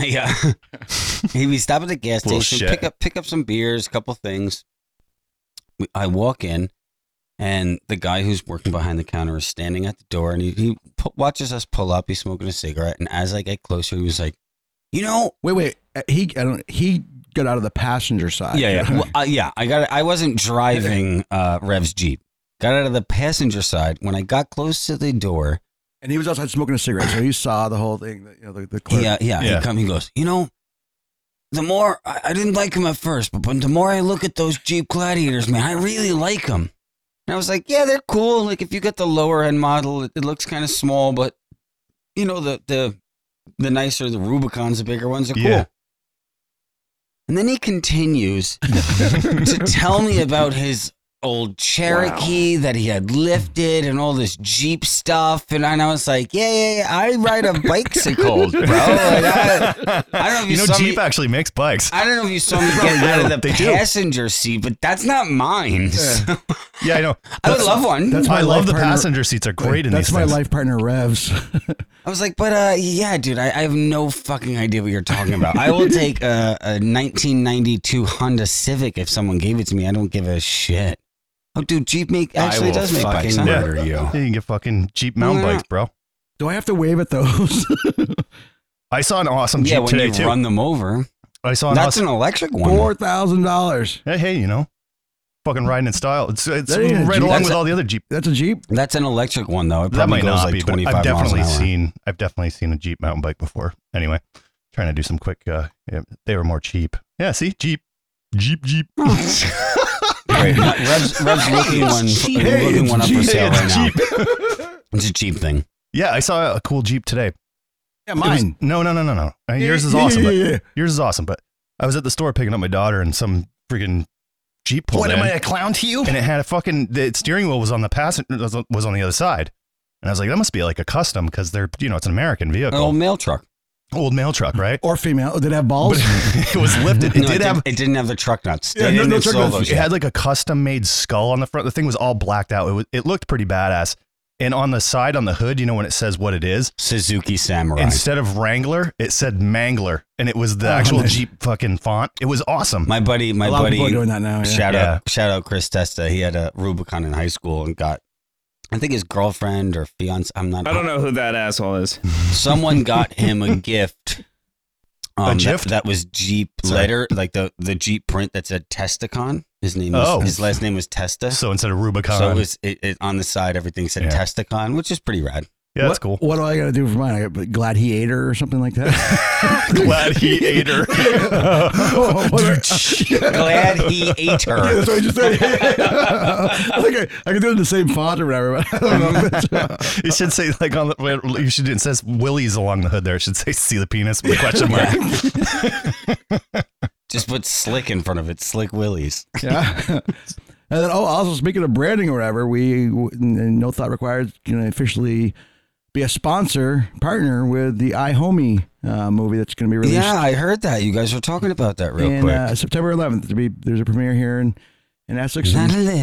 Speaker 4: Yeah. hey, we stop at the gas
Speaker 2: Little
Speaker 4: station,
Speaker 2: shit.
Speaker 4: pick up pick up some beers, a couple things. We, I walk in, and the guy who's working behind the counter is standing at the door, and he, he pu- watches us pull up. He's smoking a cigarette, and as I get closer, he was like, "You know,
Speaker 3: wait, wait. Uh, He I don't. He got out of the passenger side.
Speaker 4: well, uh, yeah, I got. I wasn't driving uh, Rev's Jeep. Got out of the passenger side. When I got close to the door,
Speaker 3: and he was outside smoking a cigarette, so he saw the whole thing. the- You know, the, the clerk.
Speaker 4: he, uh, yeah,
Speaker 2: Yeah.
Speaker 4: he come. He goes, you know, the more I, I didn't like him at first, but, but the more I look at those Jeep Gladiators, man, I really like them. And I was like, yeah, they're cool. Like if you get the lower end model, it, it looks kind of small, but you know the the the nicer the Rubicons, the bigger ones are cool.
Speaker 2: Yeah.
Speaker 4: And then he continues to tell me about his old Cherokee that he had lifted and all this Jeep stuff. And I and I was like, yeah, yeah, yeah, I ride a bicycle, bro. Like, I, I don't know if you,
Speaker 2: You know,
Speaker 4: saw
Speaker 2: Jeep
Speaker 4: me.
Speaker 2: actually makes bikes.
Speaker 4: I don't know if you saw me get out of the
Speaker 2: They do.
Speaker 4: passenger seat, but that's not mine. So
Speaker 2: Yeah, I know.
Speaker 4: I would love one.
Speaker 3: that's my
Speaker 2: I love
Speaker 3: life
Speaker 2: the
Speaker 3: partner-
Speaker 2: passenger seats are great in
Speaker 3: That's
Speaker 2: these
Speaker 3: my
Speaker 2: things.
Speaker 3: life partner, Revs.
Speaker 4: I was like, but uh, yeah, dude, I, I have no fucking idea what you're talking about. I will take a, a 1992 Honda Civic if someone gave it to me. I don't give a shit. Oh, dude, Jeep make actually does make bikes. huh?
Speaker 2: murder Yeah, you can get fucking Jeep mountain
Speaker 4: Yeah.
Speaker 2: bikes, bro.
Speaker 3: Do I have to wave at those?
Speaker 2: I saw an awesome
Speaker 4: Yeah,
Speaker 2: Jeep
Speaker 4: when
Speaker 2: today
Speaker 4: you
Speaker 2: too.
Speaker 4: run them over,
Speaker 2: I saw an
Speaker 4: that's
Speaker 2: awesome.
Speaker 4: an electric one.
Speaker 3: Four thousand dollars.
Speaker 2: hey, hey, you know, fucking riding in style. It's it's
Speaker 3: That ain't a
Speaker 2: right
Speaker 3: Jeep.
Speaker 2: along
Speaker 4: That's
Speaker 2: with
Speaker 4: a-
Speaker 2: all the other Jeep.
Speaker 3: That's a Jeep.
Speaker 4: That's an electric one though. It
Speaker 2: That
Speaker 4: probably
Speaker 2: might
Speaker 4: goes
Speaker 2: not
Speaker 4: like
Speaker 2: be, but
Speaker 4: 25
Speaker 2: I've
Speaker 4: miles an
Speaker 2: definitely
Speaker 4: hour.
Speaker 2: seen I've definitely seen a Jeep mountain bike before. Anyway, trying to do some quick. uh yeah, They were more cheap. Yeah, see, Jeep, Jeep, Jeep.
Speaker 4: Right. Rev's, Rev's looking one,
Speaker 2: Hey,
Speaker 4: looking
Speaker 2: it's
Speaker 4: one up for
Speaker 2: Jeep.
Speaker 4: sale
Speaker 2: Hey,
Speaker 4: right
Speaker 2: it's
Speaker 4: now. It's a cheap thing.
Speaker 2: Yeah, I saw a cool Jeep today.
Speaker 3: Yeah,
Speaker 2: It was- no, no, no, no, no. Uh, Yours is
Speaker 3: Yeah,
Speaker 2: awesome.
Speaker 3: yeah,
Speaker 2: but-
Speaker 3: yeah, yeah.
Speaker 2: Yours is awesome. But I was at the store picking up my daughter, and some freaking Jeep pulled in.
Speaker 6: clown to you?
Speaker 2: and it had a fucking the steering wheel was on the passenger was on- was on the other side, and I was like, that must be like a custom because they're you know it's an American
Speaker 4: An
Speaker 2: vehicle,
Speaker 4: old mail truck.
Speaker 2: old mail truck, right?
Speaker 3: Or female. Oh, Did it have balls?
Speaker 2: it was lifted. It
Speaker 4: No,
Speaker 2: did
Speaker 4: it,
Speaker 2: have.
Speaker 4: did, it didn't have the truck nuts.
Speaker 3: Yeah,
Speaker 4: They
Speaker 3: no-
Speaker 4: didn't
Speaker 3: no
Speaker 4: install
Speaker 3: truck nuts.
Speaker 4: those
Speaker 2: It
Speaker 4: yet.
Speaker 2: had like a custom made skull on the front. The thing was all blacked out. It was, it looked pretty badass. And on the side on the hood, you know when it says what it is,
Speaker 4: Suzuki Samurai.
Speaker 2: instead of Wrangler, it said Mangler, and it was the
Speaker 3: Oh,
Speaker 2: actual
Speaker 3: nice.
Speaker 2: Jeep fucking font. It was awesome.
Speaker 4: my buddy, my
Speaker 3: a lot of
Speaker 4: buddy,
Speaker 3: people are doing that now. Yeah.
Speaker 4: shout
Speaker 2: Yeah.
Speaker 4: out, shout out Chris Testa. He had a Rubicon in high school and got, I think his girlfriend or fiance. I'm not.
Speaker 1: I don't know who that asshole is.
Speaker 4: someone got him a gift. Um,
Speaker 2: gift?
Speaker 4: That, that was Jeep
Speaker 2: Sorry.
Speaker 4: letter, like the the Jeep print that said Testacon. His name was,
Speaker 2: Oh.
Speaker 4: his last name was Testa. So,
Speaker 2: so instead of Rubicon,
Speaker 4: it was it, it, on the side everything said
Speaker 2: Yeah.
Speaker 4: Testacon, which is pretty rad.
Speaker 2: yeah, that's cool.
Speaker 3: What, what do I got to do for mine? I got glad he ate her or something like that.
Speaker 2: Glad he ate her.
Speaker 3: oh, what are-
Speaker 4: Glad he ate
Speaker 3: yeah,
Speaker 4: her.
Speaker 3: that's what I just said. I think I, I can do it in the same font or whatever. But I don't know. if it's-
Speaker 2: It should say like on the you should it says Willie's along the hood there. It should say see the penis with a question mark.
Speaker 4: Just put slick in front of it. Slick Willies.
Speaker 3: yeah. And then, oh, also speaking of branding or whatever, we w- n- n- no thought required can officially be a sponsor partner with the iHomie uh, movie that's going to be released
Speaker 4: Yeah, I heard that. You guys were talking about that real
Speaker 3: in
Speaker 4: quick.
Speaker 3: uh, September 11th. To be there's a premiere here in in Essex.
Speaker 4: Not
Speaker 3: And
Speaker 4: 11.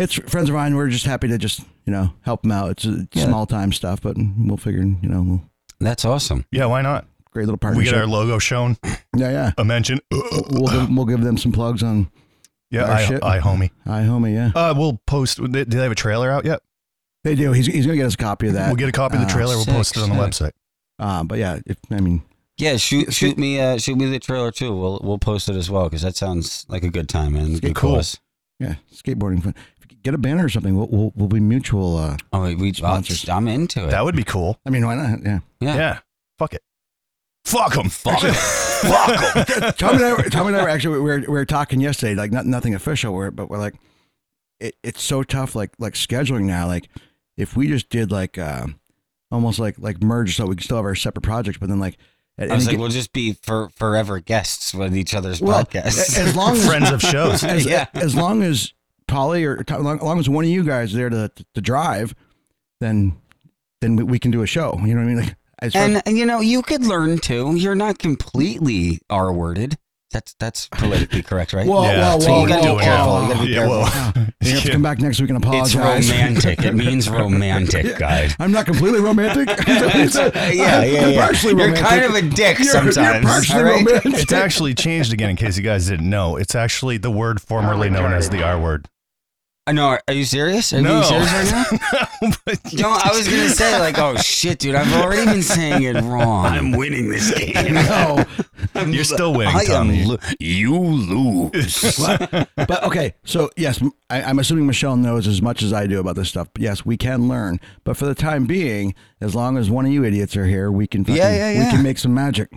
Speaker 3: it's friends of mine. We're just happy to just you know help them out. It's, it's
Speaker 4: Yeah.
Speaker 3: small time stuff, but we'll figure you know we'll,
Speaker 4: That's awesome.
Speaker 2: Yeah, why not?
Speaker 3: great little
Speaker 2: We get
Speaker 3: partnership.
Speaker 2: our logo shown,
Speaker 3: yeah, yeah.
Speaker 2: a mention. Uh,
Speaker 3: We'll give, we'll give them some plugs on
Speaker 2: Yeah,
Speaker 3: Our shit.
Speaker 2: I, I homie.
Speaker 3: iHomie. Yeah,
Speaker 2: Uh, we'll post. Do they have a trailer out yet?
Speaker 3: they do. He's, he's gonna get us a copy of that.
Speaker 2: We'll get a copy of the
Speaker 3: Uh,
Speaker 2: trailer. We'll
Speaker 4: sick,
Speaker 2: post it on the
Speaker 4: sick.
Speaker 2: website.
Speaker 3: Uh, but yeah, if, I mean,
Speaker 4: Yeah, shoot,
Speaker 3: Shoot-
Speaker 4: shoot me, uh, shoot me the trailer too. We'll we'll post it as well because that sounds like a good time, man. It's a Good
Speaker 2: cool.
Speaker 4: cause.
Speaker 3: yeah, skateboarding fun. If you get a banner or something, we'll we'll, we'll be mutual. Uh,
Speaker 4: Oh, wait, we, I'll-
Speaker 3: Sponsors.
Speaker 4: I'm into it.
Speaker 2: That would be cool.
Speaker 3: I mean, why not? Yeah.
Speaker 4: Yeah.
Speaker 2: Yeah. Fuck it. Fuck them.
Speaker 4: Fuck it. Fuck 'em.
Speaker 3: Tom and I, were, Tom and I were actually we were, we were talking yesterday, like not, nothing official, we're- but we're like, it, it's so tough, like like scheduling now. Like if we just did like uh, almost like like merge, so we can still have our separate projects, but then like at
Speaker 4: I was
Speaker 3: any
Speaker 4: like,
Speaker 3: gi-
Speaker 4: we'll just be for forever guests with each other's
Speaker 3: well,
Speaker 4: podcasts.
Speaker 3: a- as long as
Speaker 2: Friends of shows.
Speaker 3: as,
Speaker 4: Yeah.
Speaker 3: as long as Polly or as long, as long as one of you guys is there to, to, drive, then then we, we can do a show. You know what I mean? Like as far-
Speaker 4: and you know, you could learn too. You're not completely R worded. That's that's politically correct, right?
Speaker 3: Whoa,
Speaker 2: Yeah,
Speaker 3: whoa,
Speaker 4: so
Speaker 3: whoa,
Speaker 4: you gotta
Speaker 3: whoa,
Speaker 4: be
Speaker 3: whoa,
Speaker 4: careful.
Speaker 3: whoa.
Speaker 4: You gotta be
Speaker 2: Yeah,
Speaker 4: careful.
Speaker 2: whoa.
Speaker 3: You have to
Speaker 2: Shit.
Speaker 3: come back next week and
Speaker 4: It's
Speaker 3: apologize.
Speaker 4: romantic. It means romantic, guys.
Speaker 3: I'm not completely romantic.
Speaker 4: yeah, yeah,
Speaker 3: I'm
Speaker 4: yeah.
Speaker 3: Uh, partially
Speaker 4: You're
Speaker 3: romantic.
Speaker 4: kind of a dick
Speaker 3: You're-
Speaker 4: sometimes.
Speaker 3: You're partially
Speaker 4: all right?
Speaker 3: romantic.
Speaker 2: It's actually changed again in case you guys didn't know. It's actually the word formerly known as the R word.
Speaker 4: I know. Uh, Are, are you serious? Are you
Speaker 2: No.
Speaker 4: being serious right now? No, I was gonna say like, oh shit, dude, I've already been saying it wrong. I'm winning this game.
Speaker 3: no,
Speaker 2: You're still winning,
Speaker 4: I
Speaker 2: Tommy.
Speaker 4: am. Lo- you lose.
Speaker 3: but okay. So yes, m- I, am assuming Michelle knows as much as I do about this stuff. But yes, we can learn. But for the time being, as long as one of you idiots are here, we can. fucking-
Speaker 4: Yeah, yeah, yeah.
Speaker 3: We can make some magic.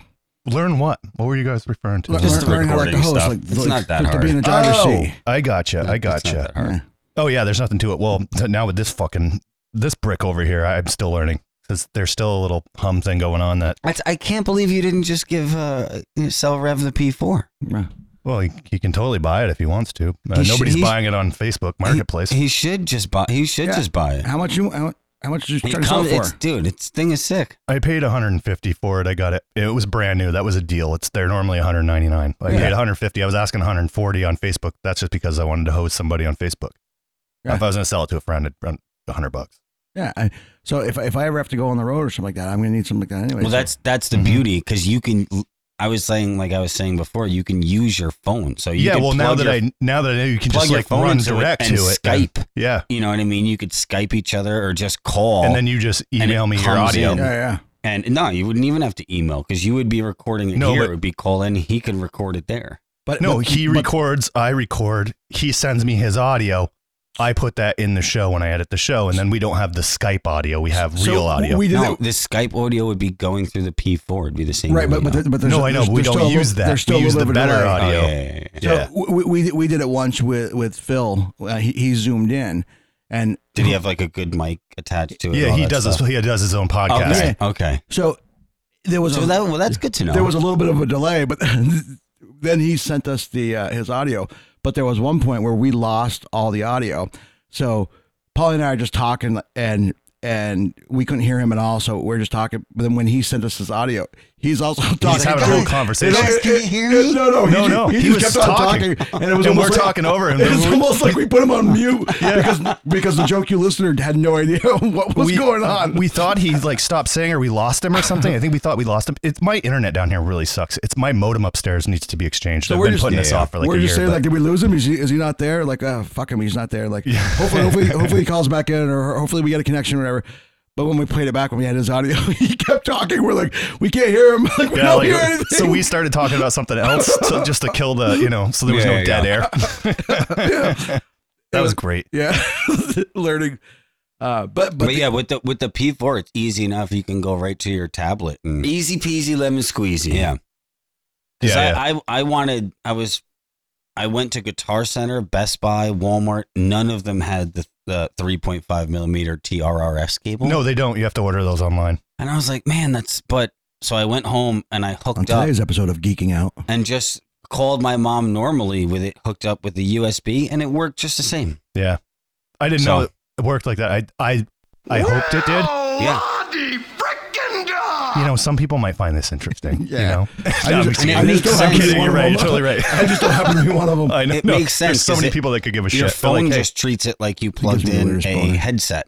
Speaker 2: Learn what? What were you guys referring to?
Speaker 3: Learn-
Speaker 4: Just
Speaker 3: learn how to act a
Speaker 4: recording
Speaker 3: host,
Speaker 4: stuff.
Speaker 3: like,
Speaker 4: It's
Speaker 3: like-
Speaker 4: not that
Speaker 3: like to be in the driver's
Speaker 2: Oh,
Speaker 3: seat.
Speaker 2: I gotcha. I gotcha.
Speaker 3: Yeah.
Speaker 2: Oh yeah, there's nothing to it. Well, t- now with this fucking this brick over here, I'm still learning because there's still a little hum thing going on that.
Speaker 4: That's, I can't believe you didn't just give uh, Cell Rev the P4.
Speaker 2: Oh.
Speaker 3: Yeah.
Speaker 2: Well, he, he can totally buy it if he wants to. Uh,
Speaker 4: He sh-
Speaker 2: nobody's
Speaker 4: he's-
Speaker 2: buying it on Facebook Marketplace.
Speaker 4: He, he should just buy. He should
Speaker 3: Yeah.
Speaker 4: just buy it.
Speaker 3: How much you? How, how much you
Speaker 4: It
Speaker 3: trying to sell
Speaker 4: comes-
Speaker 3: it for?
Speaker 4: it's, dude, it's thing is sick.
Speaker 2: I paid 150 for it. I got it. It was brand new. That was a deal. It's they're normally 199. I paid 150. I was asking 140 on Facebook. That's just because I wanted to host somebody on Facebook.
Speaker 3: Yeah.
Speaker 2: If I was going to sell it to a friend, it'd run 100 bucks.
Speaker 3: Yeah. I, so if if I ever have to go on the road or something like that, I'm gonna need something like that anyway.
Speaker 4: Well,
Speaker 3: so-
Speaker 4: that's that's the beauty because you can. I was saying, like I was saying before, you can use your phone. So you
Speaker 2: yeah.
Speaker 4: can
Speaker 2: Well, now
Speaker 4: plug
Speaker 2: that
Speaker 4: your-
Speaker 2: I now that I know you can
Speaker 4: plug
Speaker 2: just
Speaker 4: your
Speaker 2: like
Speaker 4: phone
Speaker 2: run
Speaker 4: into it
Speaker 2: direct
Speaker 4: and
Speaker 2: to it. then-
Speaker 4: Skype.
Speaker 2: Yeah.
Speaker 4: you know what I mean, you could Skype each other or just call.
Speaker 2: And then you just
Speaker 4: Oh. it
Speaker 2: email me your
Speaker 4: comes
Speaker 2: audio.
Speaker 4: in.
Speaker 3: yeah, yeah.
Speaker 4: And no, you wouldn't even have to email because you would be recording it
Speaker 2: No,
Speaker 4: here.
Speaker 2: but-
Speaker 4: it would be call in. He could record it there.
Speaker 3: But
Speaker 2: No,
Speaker 3: but-
Speaker 2: he
Speaker 3: but-
Speaker 2: records. I record. He sends me his audio. I put that in the show when I edit the show, and then we don't have the Skype audio. We have
Speaker 3: so
Speaker 2: real audio.
Speaker 3: We did
Speaker 4: No,
Speaker 3: that-
Speaker 4: the Skype audio would be going through the P4. It'd be the same.
Speaker 3: right, but but,
Speaker 4: audio.
Speaker 3: there- but there's
Speaker 2: No, I know, but we
Speaker 3: there's
Speaker 2: don't
Speaker 3: still a
Speaker 2: use
Speaker 3: little-
Speaker 2: that.
Speaker 3: There's still
Speaker 2: We
Speaker 3: a
Speaker 2: use
Speaker 3: little
Speaker 2: the
Speaker 3: bit of
Speaker 2: better
Speaker 3: delay.
Speaker 2: audio.
Speaker 4: Oh, yeah, yeah, yeah, yeah.
Speaker 3: So we, we we did it once with with Phil. Uh, he, he zoomed in, and
Speaker 4: Did he have like a good mic attached to it? and
Speaker 2: yeah,
Speaker 4: all
Speaker 2: he
Speaker 4: that
Speaker 2: does
Speaker 4: stuff?
Speaker 2: his he does his
Speaker 4: Oh,
Speaker 2: own podcast.
Speaker 4: Okay. Okay.
Speaker 3: so there was
Speaker 4: So
Speaker 3: a,
Speaker 4: that well, that's good to know.
Speaker 3: there was a little bit of a delay, but then he sent us the uh, his audio. But there was one point where we lost all the audio. So Paulie and I are just talking, and and we couldn't hear him at all. So we're just talking. But then when he sent us his audio, he's also talking.
Speaker 2: having a whole conversation.
Speaker 3: It- it-
Speaker 4: Can you hear me?
Speaker 3: No, no, he,
Speaker 2: No,
Speaker 3: ju-
Speaker 2: no,
Speaker 3: He,
Speaker 2: he
Speaker 3: just
Speaker 2: was
Speaker 3: kept on talking,
Speaker 2: talking.
Speaker 3: and it was
Speaker 2: And we're
Speaker 3: almost like-
Speaker 2: talking over him.
Speaker 3: It was almost like we put him on mute because because the joke you listener had no idea what was
Speaker 2: we,
Speaker 3: going on.
Speaker 2: We thought he like stopped saying or we lost him or something. I think we thought we lost him. It's my internet down here really sucks. It's my modem upstairs needs to be exchanged. I've been putting this
Speaker 3: yeah,
Speaker 2: off for like
Speaker 3: we're
Speaker 2: a
Speaker 3: just
Speaker 2: year.
Speaker 3: saying
Speaker 2: but-
Speaker 3: like, did we lose him? Is he, is he not there? Like, uh, fuck him, he's not there. Like, hopefully, hopefully, hopefully he calls back in, or hopefully we get a connection, or whatever. But when we played it back, when we had his audio, he kept talking. We're like, we can't hear him. Like, we
Speaker 2: Yeah,
Speaker 3: don't
Speaker 2: like, uh,
Speaker 3: hear anything.
Speaker 2: so we started talking about something else so just to kill the you know so there was
Speaker 4: Yeah,
Speaker 2: no
Speaker 4: yeah,
Speaker 2: dead air. that was great.
Speaker 3: yeah, learning. Uh, but but,
Speaker 4: But yeah, with the with the P4, it's easy enough. You can go right to your tablet. And easy peasy lemon squeezy. Yeah. 'Cause
Speaker 2: Yeah,
Speaker 4: I, I I wanted I was I went to Guitar Center, Best Buy, Walmart. None of them had the the 3.5 millimeter TRRS cable.
Speaker 2: No, they don't. You have to order those online.
Speaker 4: And I was like, man, that's but so I went home and I
Speaker 3: on
Speaker 4: hooked up
Speaker 3: today's episode of Geeking Out,
Speaker 4: and just called my mom normally with it hooked up with the USB, and it worked just the same.
Speaker 2: Yeah. I didn't
Speaker 4: So-
Speaker 2: know it worked like that. I I I hoped it did.
Speaker 4: Yeah.
Speaker 2: You know, some people might find this interesting. You know? No, I'm
Speaker 3: just-
Speaker 2: just kidding.
Speaker 4: I mean, it makes
Speaker 2: I'm
Speaker 4: sense.
Speaker 2: kidding. You're right. You're totally right.
Speaker 3: I just don't happen to be one of them.
Speaker 2: I know.
Speaker 4: It
Speaker 2: no,
Speaker 4: makes sense,
Speaker 2: There's so
Speaker 4: 'cause
Speaker 2: many
Speaker 4: it-
Speaker 2: people that could give a
Speaker 4: Your
Speaker 2: shit. They're
Speaker 4: phone
Speaker 2: like, hey,
Speaker 4: just treats it like you plugged
Speaker 3: me
Speaker 4: in
Speaker 3: weird
Speaker 4: a
Speaker 3: phone.
Speaker 4: headset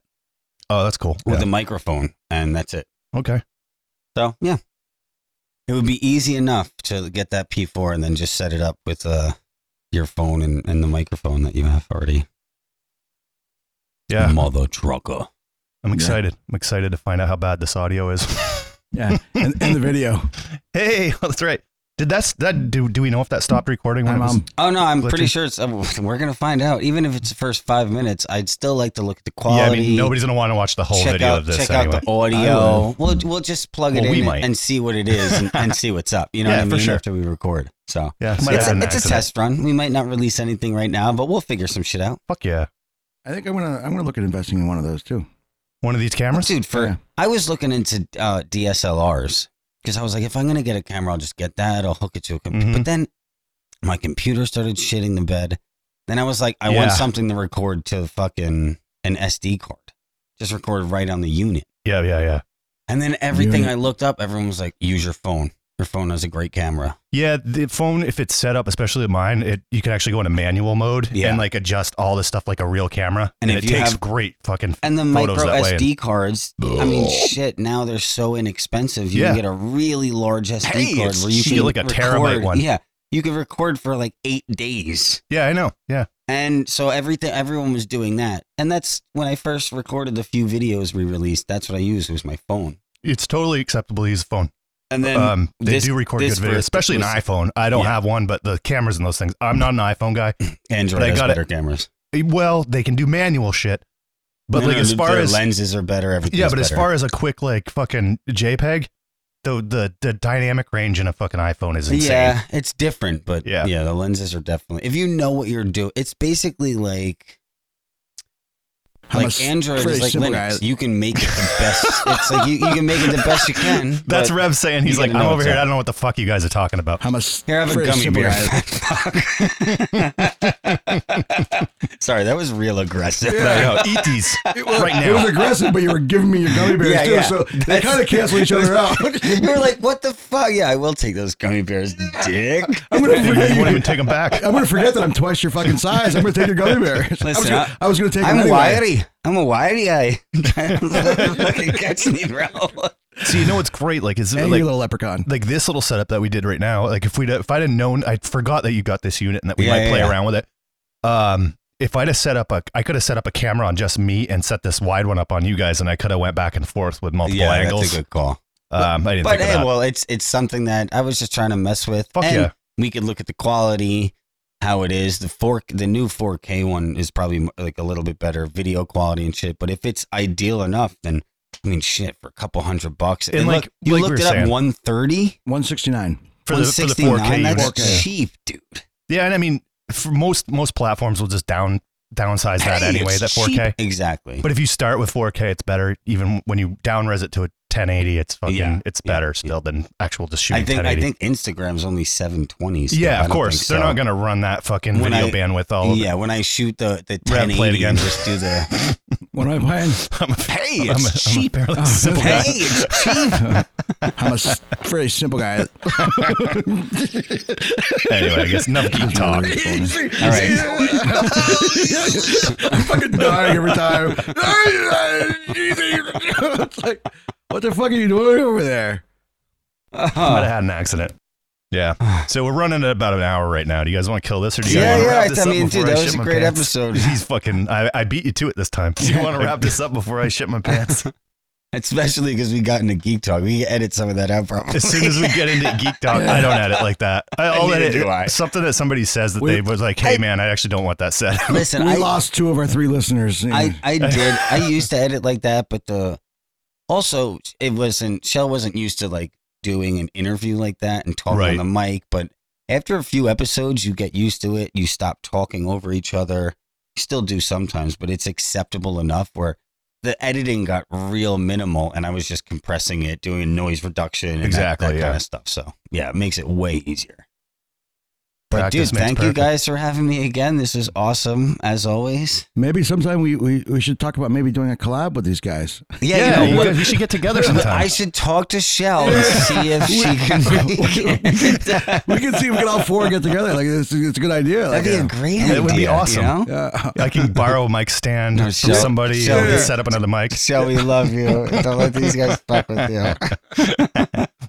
Speaker 2: oh, that's cool.
Speaker 4: with
Speaker 2: Yeah.
Speaker 4: a microphone, and that's it.
Speaker 2: Okay.
Speaker 4: So yeah, it would be easy enough to get that P4 and then just set it up with uh, your phone and, and the microphone that you have already.
Speaker 2: Yeah.
Speaker 4: mother trucker.
Speaker 2: I'm excited. I'm excited to find out how bad this audio is.
Speaker 3: Yeah, and, and the video.
Speaker 2: hey, that's right. Did that's that do do we know if that stopped recording when
Speaker 3: My
Speaker 2: it was
Speaker 3: mom.
Speaker 4: Oh no, I'm
Speaker 2: Glitching.
Speaker 4: pretty sure it's. uh, We're gonna find out. Even if it's the first five minutes, I'd still like to look at the
Speaker 2: Yeah, I
Speaker 4: quality.
Speaker 2: mean nobody's gonna want to watch the whole
Speaker 4: check
Speaker 2: video
Speaker 4: out,
Speaker 2: of this
Speaker 4: check
Speaker 2: anyway.
Speaker 4: out the audio. We'll we'll just plug it
Speaker 2: Well, we
Speaker 4: in
Speaker 2: might.
Speaker 4: and see what it is and, and see what's up. You know
Speaker 2: Yeah,
Speaker 4: what I
Speaker 2: for
Speaker 4: mean?
Speaker 2: sure.
Speaker 4: After we record, so
Speaker 2: yeah, might
Speaker 4: it's,
Speaker 2: have an
Speaker 4: a, it's a
Speaker 2: accident.
Speaker 4: test run. We might not release anything right now, but we'll figure some shit out.
Speaker 2: Fuck yeah.
Speaker 3: I think I'm gonna I'm gonna look at investing in one of those too.
Speaker 2: One of these cameras?
Speaker 4: Dude, for
Speaker 3: Yeah.
Speaker 4: I was looking into uh, DSLRs because I was like, if I'm gonna get a camera, I'll just get that. I'll hook it to a computer.
Speaker 2: Mhm.
Speaker 4: But then my computer started shitting the bed. Then I was like, I want
Speaker 2: Yeah.
Speaker 4: something to record to fucking an SD card. Just record right on the unit.
Speaker 2: Yeah, yeah, yeah.
Speaker 4: And then everything
Speaker 3: Unit.
Speaker 4: I looked up, everyone was like, use your phone. Your phone has a great camera.
Speaker 2: Yeah, the phone, if it's set up, especially mine, it you can actually go into manual mode
Speaker 4: Yeah.
Speaker 2: and like adjust all this stuff like a real camera.
Speaker 4: And
Speaker 2: And,
Speaker 4: if
Speaker 2: it
Speaker 4: you
Speaker 2: takes
Speaker 4: have-
Speaker 2: great fucking.
Speaker 4: And the
Speaker 2: Photos
Speaker 4: micro
Speaker 2: that way.
Speaker 4: SD cards, I mean, shit, now they're so inexpensive. You
Speaker 2: Yeah.
Speaker 4: can get a really large SD
Speaker 2: Hey,
Speaker 4: card
Speaker 2: it's
Speaker 4: where you
Speaker 2: cheap,
Speaker 4: can
Speaker 2: like a terabyte
Speaker 4: record-
Speaker 2: one.
Speaker 4: Yeah. You could record for like eight days.
Speaker 2: yeah, I know. Yeah,
Speaker 4: And so everything, everyone was doing that. And that's when I first recorded the few videos we released. That's what I used was my phone.
Speaker 2: it's totally acceptable to use a phone.
Speaker 4: And then
Speaker 2: um, they
Speaker 4: this-
Speaker 2: do record
Speaker 4: this
Speaker 2: good video,
Speaker 4: first
Speaker 2: especially an
Speaker 4: was-
Speaker 2: iPhone. I don't
Speaker 4: Yeah.
Speaker 2: have one, but the cameras and those things. I'm not an iPhone guy.
Speaker 4: Android
Speaker 2: but I
Speaker 4: has
Speaker 2: got it.
Speaker 4: better cameras.
Speaker 2: Well, they can do manual shit, but
Speaker 4: No,
Speaker 2: like
Speaker 4: no,
Speaker 2: as far
Speaker 4: their
Speaker 2: as
Speaker 4: lenses are better, everything.
Speaker 2: yeah, but as far as a quick like fucking JPEG, the the the dynamic range in a fucking iPhone is insane.
Speaker 4: yeah, it's different. But yeah.
Speaker 2: Yeah.
Speaker 4: yeah, the lenses are definitely. If you know what you're doing, it's basically like
Speaker 3: I'm a
Speaker 4: like
Speaker 3: s-
Speaker 4: Android
Speaker 3: pretty
Speaker 4: is like
Speaker 3: simple
Speaker 4: Linux.
Speaker 3: guy.
Speaker 4: You can make it the best. it's like you, you can make it the best you can.
Speaker 2: That's
Speaker 4: but
Speaker 2: Rev saying he's
Speaker 4: you
Speaker 2: like, I'm
Speaker 4: gotta know
Speaker 2: over
Speaker 4: what's
Speaker 2: here.
Speaker 4: up.
Speaker 2: I don't know what the fuck you guys are talking about.
Speaker 3: I'm a s-
Speaker 4: Here, have a
Speaker 3: pretty
Speaker 4: gummy
Speaker 3: simple
Speaker 4: bear.
Speaker 3: guy.
Speaker 4: Sorry, that was real aggressive.
Speaker 2: No, no, eat these right
Speaker 3: It was
Speaker 2: now.
Speaker 3: aggressive, but you were giving me your gummy bears
Speaker 4: Yeah,
Speaker 3: too,
Speaker 4: yeah.
Speaker 3: so they kind of cancel each other out.
Speaker 4: you were like, what the fuck? Yeah, I will take those gummy bears, dick.
Speaker 3: I'm gonna
Speaker 2: You
Speaker 3: forget
Speaker 2: wouldn't
Speaker 3: you.
Speaker 2: even take them back.
Speaker 3: I'm gonna forget that I'm twice your fucking size. I'm gonna take your gummy bears. I was
Speaker 4: Listen,
Speaker 3: gonna- I was gonna take. them
Speaker 4: I'm
Speaker 3: anyway.
Speaker 4: wiry. I'm a wiry eye. Fucking catch me, bro.
Speaker 2: So you know what's great? Like, is
Speaker 3: And
Speaker 2: like
Speaker 3: you little leprechaun.
Speaker 2: like this little setup that we did right now. Like, if we if I'd have known, I forgot that you got this unit and that we
Speaker 4: Yeah,
Speaker 2: might
Speaker 4: yeah,
Speaker 2: play
Speaker 4: yeah.
Speaker 2: around with it. Um, if I'd have set up a, I could have set up a camera on just me and set this wide one up on you guys, and I could have went back and forth with multiple
Speaker 4: Yeah,
Speaker 2: angles.
Speaker 4: that's a good call.
Speaker 2: um, I didn't
Speaker 4: But
Speaker 2: think of
Speaker 4: hey,
Speaker 2: that.
Speaker 4: well, it's it's something that I was just trying to mess with.
Speaker 2: Fuck
Speaker 4: And
Speaker 2: yeah.
Speaker 4: We could look at the quality, how it is. The four, the new 4K one is probably like a little bit better video quality and shit. But if it's ideal enough, then I mean, shit, for a couple hundred bucks.
Speaker 2: And like-
Speaker 4: look, you
Speaker 2: like we
Speaker 4: looked
Speaker 2: were
Speaker 4: it up,
Speaker 2: saying-
Speaker 4: 130,
Speaker 3: One sixty nine.
Speaker 2: for the for the 4K
Speaker 4: 169. That's
Speaker 2: unit.
Speaker 4: cheap, dude.
Speaker 2: Yeah, and I mean, for most most platforms will just down downsize that
Speaker 4: Hey,
Speaker 2: anyway.
Speaker 4: it's
Speaker 2: That 4K.
Speaker 4: cheap. exactly.
Speaker 2: But if you start with 4K, it's better. Even when you downres it to a 1080, it's fucking
Speaker 4: Yeah,
Speaker 2: it's
Speaker 4: yeah,
Speaker 2: better
Speaker 4: yeah.
Speaker 2: still than actual just shooting
Speaker 4: I think I
Speaker 2: 1080.
Speaker 4: think Instagram's only 720. still. I
Speaker 2: yeah, of
Speaker 4: don't
Speaker 2: course.
Speaker 4: think
Speaker 2: They're
Speaker 4: so.
Speaker 2: not gonna run that fucking
Speaker 4: When
Speaker 2: video
Speaker 4: I-
Speaker 2: bandwidth all over.
Speaker 4: Yeah, when I shoot the the
Speaker 2: Rev,
Speaker 4: 1080,
Speaker 2: play it again.
Speaker 4: just do the
Speaker 3: What am I playing?
Speaker 2: I'm a, hey, I'm
Speaker 4: it's
Speaker 2: a,
Speaker 4: cheap.
Speaker 2: I'm apparently a simple
Speaker 4: hey,
Speaker 2: guy.
Speaker 4: it's cheap.
Speaker 3: I'm a s- pretty simple guy.
Speaker 2: anyway, I guess enough geek talk.
Speaker 4: All right.
Speaker 3: I'm fucking dying every time. it's like, what the fuck are you doing over there?
Speaker 2: Might have had an accident. Uh, Yeah. So we're running at about an hour right now. Do you guys want to kill this or do you
Speaker 4: Yeah,
Speaker 2: guys want to
Speaker 4: yeah,
Speaker 2: wrap
Speaker 4: I
Speaker 2: this
Speaker 4: th- I
Speaker 2: up
Speaker 4: mean,
Speaker 2: before
Speaker 4: dude, that was
Speaker 2: shit
Speaker 4: a
Speaker 2: my
Speaker 4: great
Speaker 2: pants?
Speaker 4: episode.
Speaker 2: He's fucking I, I beat you to it this time. Do you want to wrap this up before I shit my pants?
Speaker 4: Especially because we got into geek talk, we can edit some of that out. Probably.
Speaker 2: As soon as we get into geek talk, I don't edit like that. I, I'll
Speaker 4: Neither
Speaker 2: edit
Speaker 4: do I.
Speaker 2: something that somebody says that
Speaker 3: We-
Speaker 2: they was like, "Hey, man, I actually don't want that said."
Speaker 4: Listen,
Speaker 3: we
Speaker 4: I,
Speaker 3: lost two of our three listeners.
Speaker 4: I I did. I used to edit like that, but the also it wasn't. Shell wasn't used to like doing an interview like that and talking
Speaker 2: Right.
Speaker 4: on the mic. But after a few episodes, you get used to it. You stop talking over each other. You still do sometimes, but it's acceptable enough where the editing got real minimal, and I was just compressing it, doing noise reduction, and that-
Speaker 2: Exactly,
Speaker 4: that,
Speaker 2: yeah.
Speaker 4: kind of stuff. So yeah, it makes it way easier. But dude,
Speaker 2: Practice makes
Speaker 4: thank you
Speaker 2: perfect.
Speaker 4: guys for having me again. This is awesome as always.
Speaker 3: Maybe sometime we, we, we should talk about maybe doing a collab with these guys.
Speaker 4: Yeah,
Speaker 2: Yeah,
Speaker 4: you know
Speaker 2: you
Speaker 4: what?
Speaker 2: guys- we should get together
Speaker 4: I
Speaker 2: sometime.
Speaker 4: should talk to Shell and see if she can make it.
Speaker 3: We can see if we can all four get together. Like it's, it's a good idea. Like,
Speaker 4: That'd be a
Speaker 3: uh,
Speaker 4: great idea.
Speaker 2: That would be awesome.
Speaker 4: You know?
Speaker 3: yeah.
Speaker 2: I can borrow a mic stand
Speaker 4: No,
Speaker 2: from
Speaker 4: sure.
Speaker 2: somebody
Speaker 4: Sure.
Speaker 2: and set up another mic.
Speaker 4: Shell, we love you. Don't let these guys fuck with you.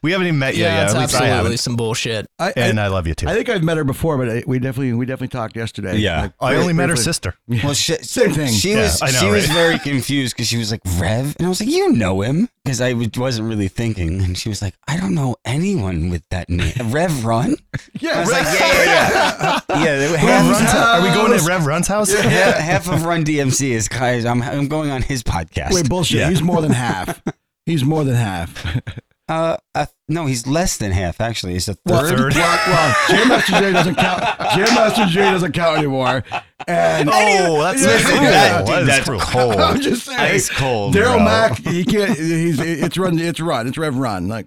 Speaker 2: We haven't even met yet.
Speaker 5: Yeah,
Speaker 2: Yeah,
Speaker 5: it's
Speaker 2: at least I
Speaker 5: absolutely
Speaker 2: haven't.
Speaker 5: some bullshit.
Speaker 3: I,
Speaker 2: And uh,
Speaker 3: I,
Speaker 2: I love you too.
Speaker 3: I
Speaker 2: I,
Speaker 3: think I've met her before, but I, we definitely we definitely talked yesterday.
Speaker 4: Yeah.
Speaker 3: Like,
Speaker 2: only met her
Speaker 3: briefly.
Speaker 2: sister.
Speaker 4: Well, she,
Speaker 3: Same thing.
Speaker 4: She
Speaker 2: Yeah,
Speaker 4: was
Speaker 2: I know,
Speaker 4: she was
Speaker 2: right?
Speaker 4: very confused because she was like Rev, and I was like, you know him, because I w- wasn't really thinking, and she was like, I don't know anyone with that name, Rev Run. I
Speaker 3: Yeah,
Speaker 4: was like,
Speaker 3: right.
Speaker 4: yeah, yeah, yeah, yeah. they were-
Speaker 2: Rev
Speaker 4: half,
Speaker 2: Run's house. Are we going to Rev Run's house?
Speaker 4: half, half of Run DMC is guys. I'm I'm going on his podcast.
Speaker 3: Wait, bullshit.
Speaker 2: Yeah.
Speaker 3: He's more than half. He's more than half.
Speaker 4: uh, uh, no, he's less than half actually. He's a
Speaker 2: The
Speaker 4: third.
Speaker 2: third.
Speaker 3: Well, Jam Master Jay doesn't count. Jam Master Jay doesn't count anymore. And
Speaker 2: Oh, that's
Speaker 3: Yeah.
Speaker 2: cruel.
Speaker 3: That-
Speaker 2: That is
Speaker 1: that's
Speaker 2: cruel.
Speaker 3: I'm just saying,
Speaker 1: Ice cold,
Speaker 3: Daryl
Speaker 1: bro.
Speaker 3: Mack, he can't. He's it's run. It's run. It's Rev Run. Like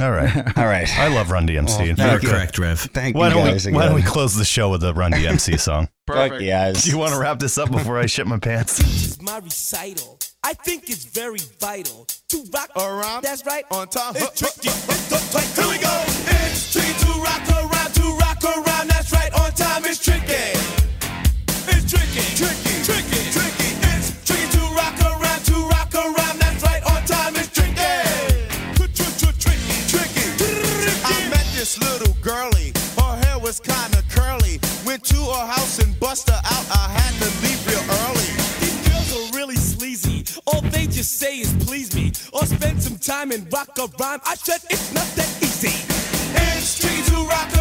Speaker 2: All right.
Speaker 4: All right,
Speaker 2: I love Run DMC. In fact,
Speaker 6: Oh, correct, Rev.
Speaker 4: thank
Speaker 2: why
Speaker 4: you
Speaker 2: don't
Speaker 4: guys
Speaker 2: we
Speaker 4: again.
Speaker 2: why don't we close the show with a Run DMC song?
Speaker 4: Fuck yes.
Speaker 2: Do you want to wrap this up before I shit my pants?
Speaker 6: is my recital. I think it's very vital to rock around. That's right, on time. It's tricky. It's the play. Here we go. It's tricky to rock around, to rock around. That's right, on time. It's tricky. It's tricky, tricky, tricky, tricky. It's tricky to rock around, to rock around. That's right, on time. It's tricky. Tricky, tricky, tricky. I met this little girlie. Her hair was kinda curly. Went to her house and bust her out. I had to leave real early. These girls are really sleazy. All they just say is please me. Or spend some time and rock a rhyme. I said it's not that easy. It's tricky to rock